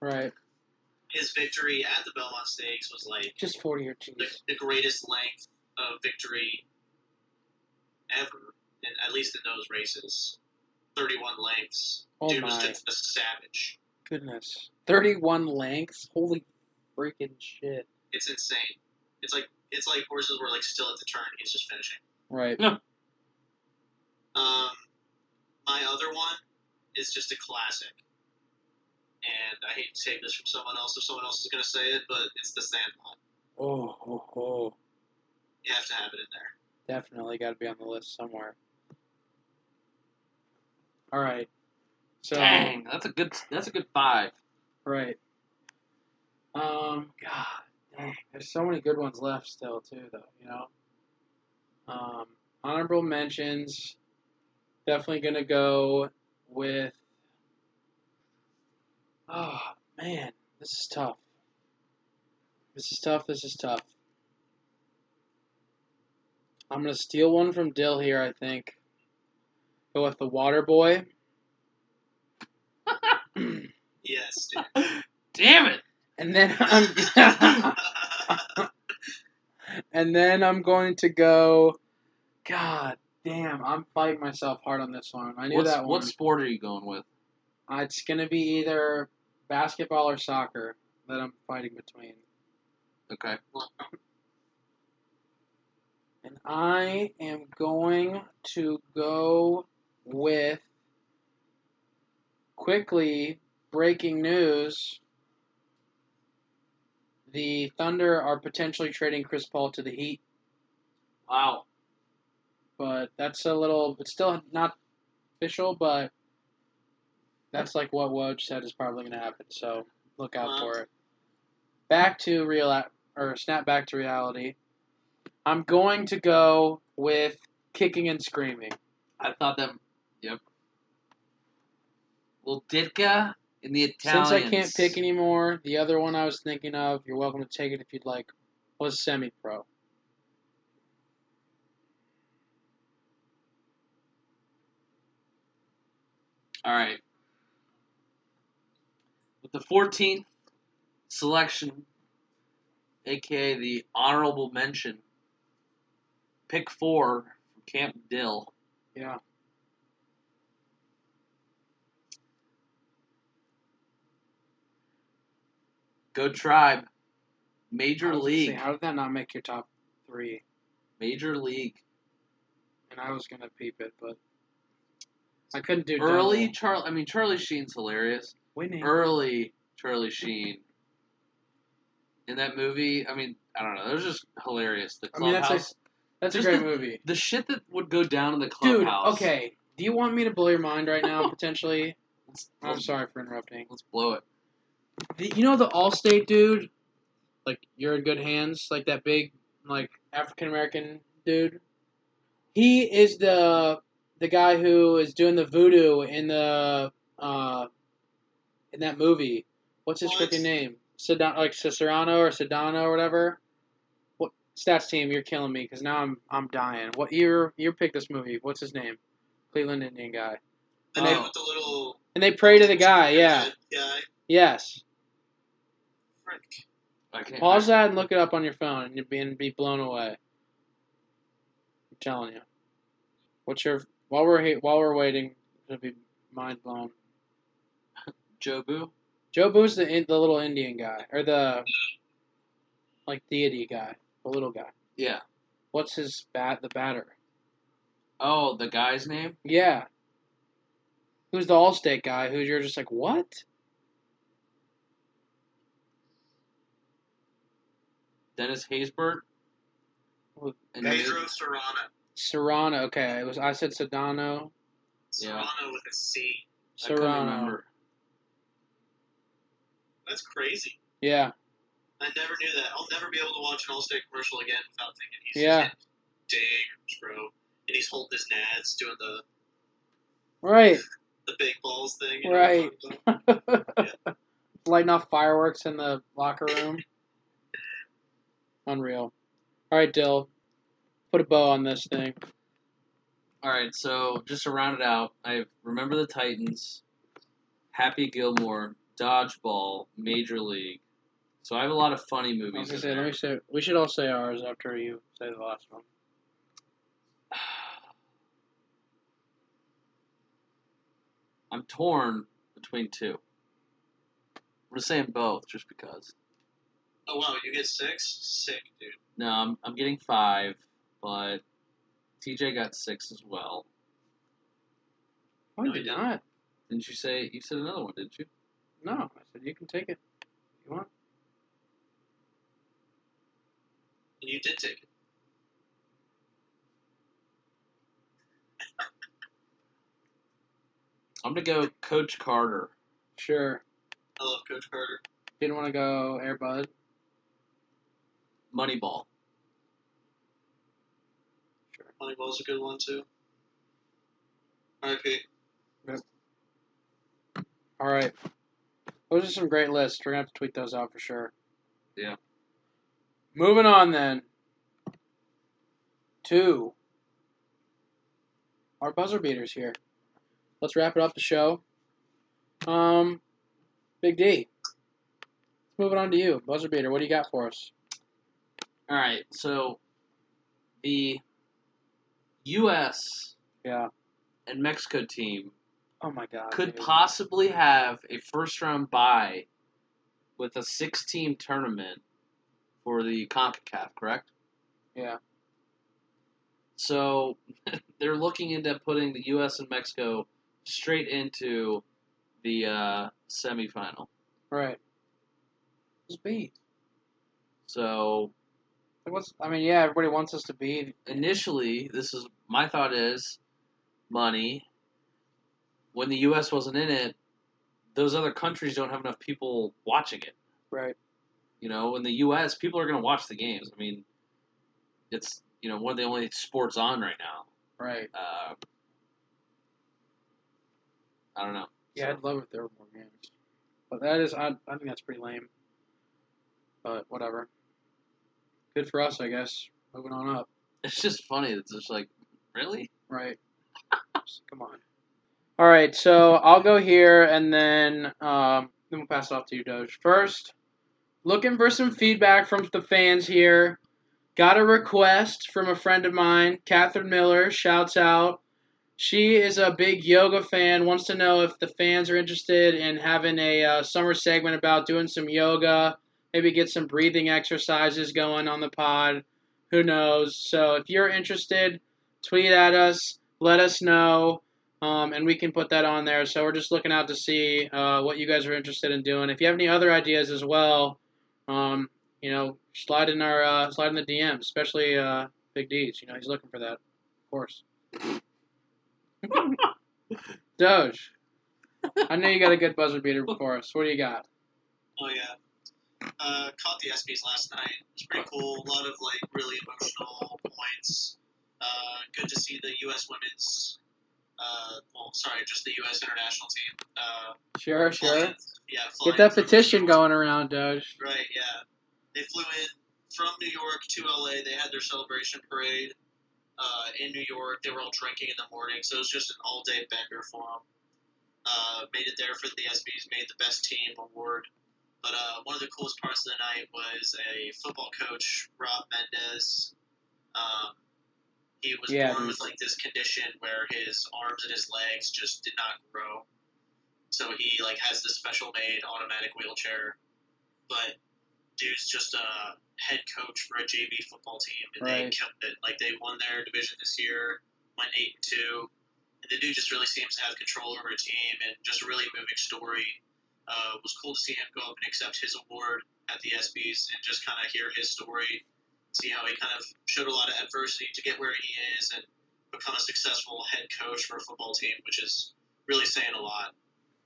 S1: Right.
S3: his victory at the Belmont Stakes was like
S1: Just 40 or cheese.
S3: the, the greatest length of victory ever, and at least in those races, thirty-one lengths.
S1: Oh
S3: Dude was
S1: my
S3: just a savage.
S1: goodness. 31 lengths? Holy freaking shit.
S3: It's insane. It's like it's like horses were like still at the turn. He's just finishing.
S1: Right.
S3: Um, my other one is just a classic, and I hate to take this from someone else if someone else is going to say it, but it's the Sandlot.
S1: Oh, oh, oh.
S3: You have to have it in there.
S1: Definitely got to be on the list somewhere. All right. So,
S2: Dang, that's a good. That's a good five.
S1: right. Um, God, dang. There's so many good ones left still, too, though, you know? Um, honorable mentions. Definitely going to go with. Oh, man. This is tough. This is tough. This is tough. I'm going to steal one from Dill here, I think. Go with the water boy. and
S3: Yes, dude.
S2: Damn it!
S1: then I'm and then I'm going to go God damn, I'm fighting myself hard on this one. I knew
S2: What's,
S1: that one.
S2: what sport are you going with?
S1: Uh, It's gonna be either basketball or soccer that I'm fighting between.
S2: Okay.
S1: And I am going to go with quickly breaking news. The Thunder are potentially trading Chris Paul to the Heat,
S2: Wow.
S1: but that's a little, it's still not official, but that's like what Woj said is probably going to happen, so look out for it. Back to real, or snap back to reality. I'm going to go with kicking and screaming.
S2: I thought that. Yep. Well, Ditka and the Italians.
S1: Since I can't pick anymore, the other one I was thinking of, you're welcome to take it if you'd like, was semi pro.
S2: All right. With the 14th selection, aka the honorable mention, pick four from Camp Dill.
S1: Yeah.
S2: Go Tribe. Major
S1: I was gonna say,
S2: League.
S1: how did that not make your top three?
S2: Major League.
S1: And I was gonna peep it, but I couldn't do
S2: Early
S1: double.
S2: Charlie. I mean, Charlie Sheen's hilarious.
S1: winning.
S2: Early Charlie Sheen. In that movie, I mean, I don't know. It was just hilarious. The
S1: I mean,
S2: clubhouse.
S1: that's That's a
S2: Just
S1: great
S2: the-
S1: movie,
S2: the shit that would go down in the
S1: dude.
S2: clubhouse.
S1: Okay, do you want me to blow your mind right now? potentially,
S2: Let's,
S1: I'm
S2: let's,
S1: sorry for interrupting.
S2: let's blow it.
S1: The, you know the Allstate dude, like you're in good hands, like that big like African American dude. He is the the guy who is doing the voodoo in the uh in that movie. What's his
S3: What?
S1: freaking name? Sedano, like Cicerano or Sedano or whatever. What stats team? You're killing me because now I'm I'm dying. What year? You picked this movie. What's his name? Cleveland Indian guy.
S3: The dude
S2: Oh.
S3: with the little
S1: And they pray to the guy. Yeah.
S3: guy.
S1: Yes.
S3: Frick.
S2: I can't.
S1: Pause that and look it up on your phone, and you'll be, and be blown away. I'm telling you. What's your while we're he- while we're waiting, it'll be mind blown.
S2: Jobu.
S1: Joe Boo's the in- the little Indian guy or the like deity guy, the little guy.
S2: Yeah.
S1: What's his bat? The batter.
S2: Oh, the guy's name.
S1: Yeah. Who's the Allstate guy? Who you're just like what?
S2: Dennis Haysbert.
S1: Who-
S2: And
S3: Pedro Serrano.
S1: Serrano. Okay, it was I said Sedano.
S2: Yeah.
S3: Serrano with a C.
S2: I couldn't
S1: Serrano.
S2: remember.
S3: That's crazy.
S1: Yeah.
S3: I never knew that. I'll never be able to watch an Allstate commercial again without thinking he's
S1: Yeah.
S3: just dangers, bro. And he's holding his nads, doing the,
S1: Right.
S3: the big balls thing. you
S1: Right.
S3: know?
S1: lighting off fireworks in the locker room. Unreal. All right, Dill, put a bow on this thing.
S2: All right, so just to round it out, I have remember the Titans, Happy Gilmore, Dodgeball, Major League, So I have a lot of funny
S1: I was
S2: movies.
S1: gonna
S2: in
S1: say, let
S2: there.
S1: me say, we should all say ours after you say the last one.
S2: I'm torn between two. I'm just saying both, just because.
S3: Oh wow, you get six? Sick, dude.
S2: No, I'm, I'm getting five, but TJ got six as well.
S1: No,
S3: No,
S1: I did
S3: you didn't.
S1: not.
S2: Didn't you say you said another one? Didn't you?
S1: No, I said you can take it. if You want?
S3: You did take it.
S2: I'm gonna go Coach Carter.
S1: Sure.
S3: I love Coach Carter.
S1: Didn't want to go Airbud.
S2: Moneyball.
S1: Sure.
S3: Moneyball's a good one too. R.I.P.
S1: All right. Those are some great lists. We're gonna have to tweet those out for sure.
S2: Yeah.
S1: Moving on then. Two. Our buzzer beaters here. Let's wrap it up the show. Um, Big D. Let's move it on to you, buzzer beater. What do you got for us?
S2: All right, so the U.S.
S1: Yeah.
S2: and Mexico team
S1: Oh my God.
S2: could
S1: dude.
S2: possibly have a first round bye with a six team tournament for the CONCACAF, correct?
S1: Yeah.
S2: So they're looking into putting the U.S. and Mexico straight into the uh, semifinal.
S1: Right. Just beat.
S2: So
S1: Like, What's I mean? Yeah, everybody wants us to beat.
S2: initially, this is my thought is money. When the U.S. wasn't in it, those other countries don't have enough people watching it.
S1: Right.
S2: You know, in the U.S., people are going to watch the games. I mean, it's you know one of the only sports on right now.
S1: Right.
S2: Uh, I don't know.
S1: Yeah, I'd love if there were more games. But that is, I, I think that's pretty lame. But whatever. Good for us, I guess. Moving on up.
S2: It's just funny. It's just like, really?
S1: Right. Just Come on. All right, so I'll go here and then um, then we'll pass it off to you, Doge. First, looking for some feedback from the fans here. Got a request from a friend of mine, Catherine Miller. Shouts out. She is a big yoga fan. Wants to know if the fans are interested in having a uh, summer segment about doing some yoga, maybe get some breathing exercises going on the pod. Who knows? So if you're interested, tweet at us. Let us know um, and we can put that on there. So we're just looking out to see uh, what you guys are interested in doing. If you have any other ideas as well, um, you know, slide in our uh, slide in the DM, especially uh, Big D's. You know, he's looking for that, of course. Doge, I know you got a good buzzer beater for us. What do you got?
S3: Oh yeah. Uh, caught the ESPYS last night. It was pretty cool. A lot of like really emotional points. Uh, good to see the U.S. women's. Uh, well, sorry, just the U.S. international team. Uh,
S1: Sure, sure.
S3: flying- Yeah.
S1: Get
S3: flying
S1: that
S3: from-
S1: petition going around, Doge.
S3: Right, yeah. They flew in from New York to LA. They had their celebration parade uh, in New York. They were all drinking in the morning, so it was just an all day beggar for them. Uh, made it there for the SBs, made the best team award. But uh, one of the coolest parts of the night was a football coach, Rob Mendez. Um, he was
S1: Yeah,
S3: born
S1: dude.
S3: with like this condition where his arms and his legs just did not grow. So he like has this special made automatic wheelchair. But dude's just a head coach for a JV football team, and they
S1: Right.
S3: kept it. Like they won their division this year, went eight and two, and the dude just really seems to have control over a team, and just a really moving story. Uh, it was cool to see him go up and accept his award at the ESPYS, and just kind of hear his story, see how he kind of showed a lot of adversity to get where he is, and become a successful head coach for a football team, which is really saying a lot.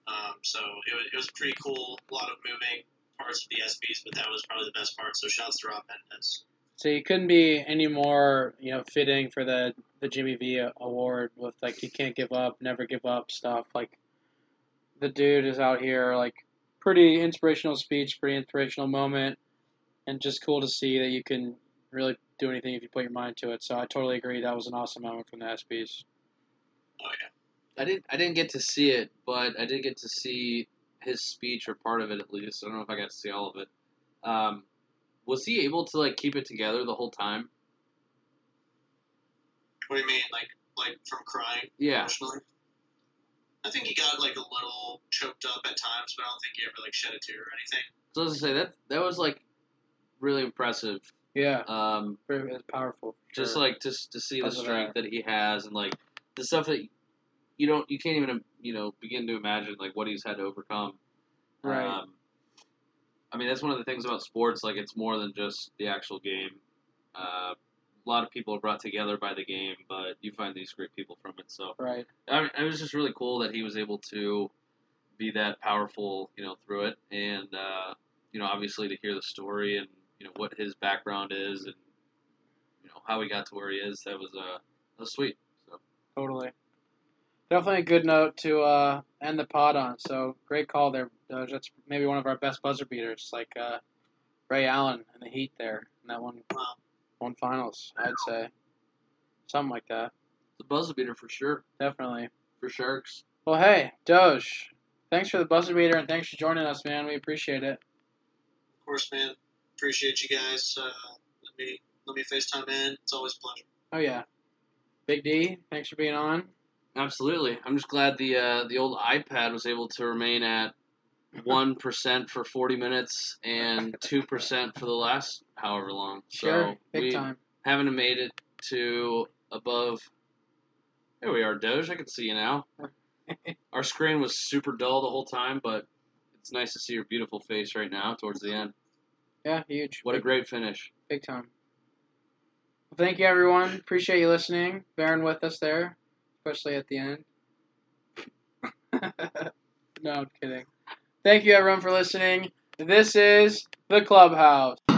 S3: Um, so it was, it was pretty cool. A lot of moving parts of the SBs, but that was probably the best part. So shouts to Rob Mendes.
S1: So you couldn't be any more, you know, fitting for the the Jimmy V award with like you can't give up, never give up stuff. Like the dude is out here like pretty inspirational speech, pretty inspirational moment, and just cool to see that you can really do anything if you put your mind to it. So I totally agree. That was an awesome moment from the SBs.
S3: Oh yeah,
S2: I didn't. I didn't get to see it, but I did get to see his speech or part of it at least. I don't know if I got to see all of it. Um, was he able to like keep it together the whole time?
S3: What do you mean, like like from crying
S2: Yeah.
S3: emotionally? I think he got like a little choked up at times, but I don't think he ever like shed a tear or anything.
S2: So as I say, that that was like really impressive.
S1: Yeah,
S2: Um,
S1: very it's powerful. for
S2: just
S1: sure.
S2: like just to see the
S1: Because of
S2: strength that he has and like the stuff that you don't you can't even you know begin to imagine like what he's had to overcome
S1: Right.
S2: um, i mean that's one of the things about sports like it's more than just the actual game uh, a lot of people are brought together by the game but you find these great people from it so
S1: right,
S2: I mean, it was just really cool that he was able to be that powerful, you know, through it, and uh, you know, obviously to hear the story and you know what his background is and you know how he got to where he is. That was uh, that was sweet. So
S1: totally. Definitely a good note to uh, end the pod on. So great call there. Uh, that's maybe one of our best buzzer beaters, like uh, Ray Allen and the Heat there in that one
S3: Wow.
S1: one finals. I'd say something like that.
S2: the buzzer beater for sure
S1: Definitely.
S2: for sharks.
S1: Well, hey Doge, thanks for the buzzer beater and thanks for joining us, man. We appreciate it.
S3: Of course, man. Appreciate you guys. Uh, let me let me FaceTime in. It's always a pleasure.
S1: Oh yeah, Big D, thanks for being on.
S2: Absolutely, I'm just glad the uh, the old iPad was able to remain at one percent for 40 minutes and two percent for the last however long.
S1: Sure,
S2: so
S1: big
S2: we,
S1: time.
S2: haven't made it to above. There we are, Doge. I can see you now. Our screen was super dull the whole time, but it's nice to see your beautiful face right now towards the end.
S1: Yeah, huge.
S2: What a great finish.
S1: Big time. Well, thank you, everyone. Appreciate you listening, bearing with us there, especially at the end. no, I'm kidding. Thank you, everyone, for listening. This is The Clubhouse.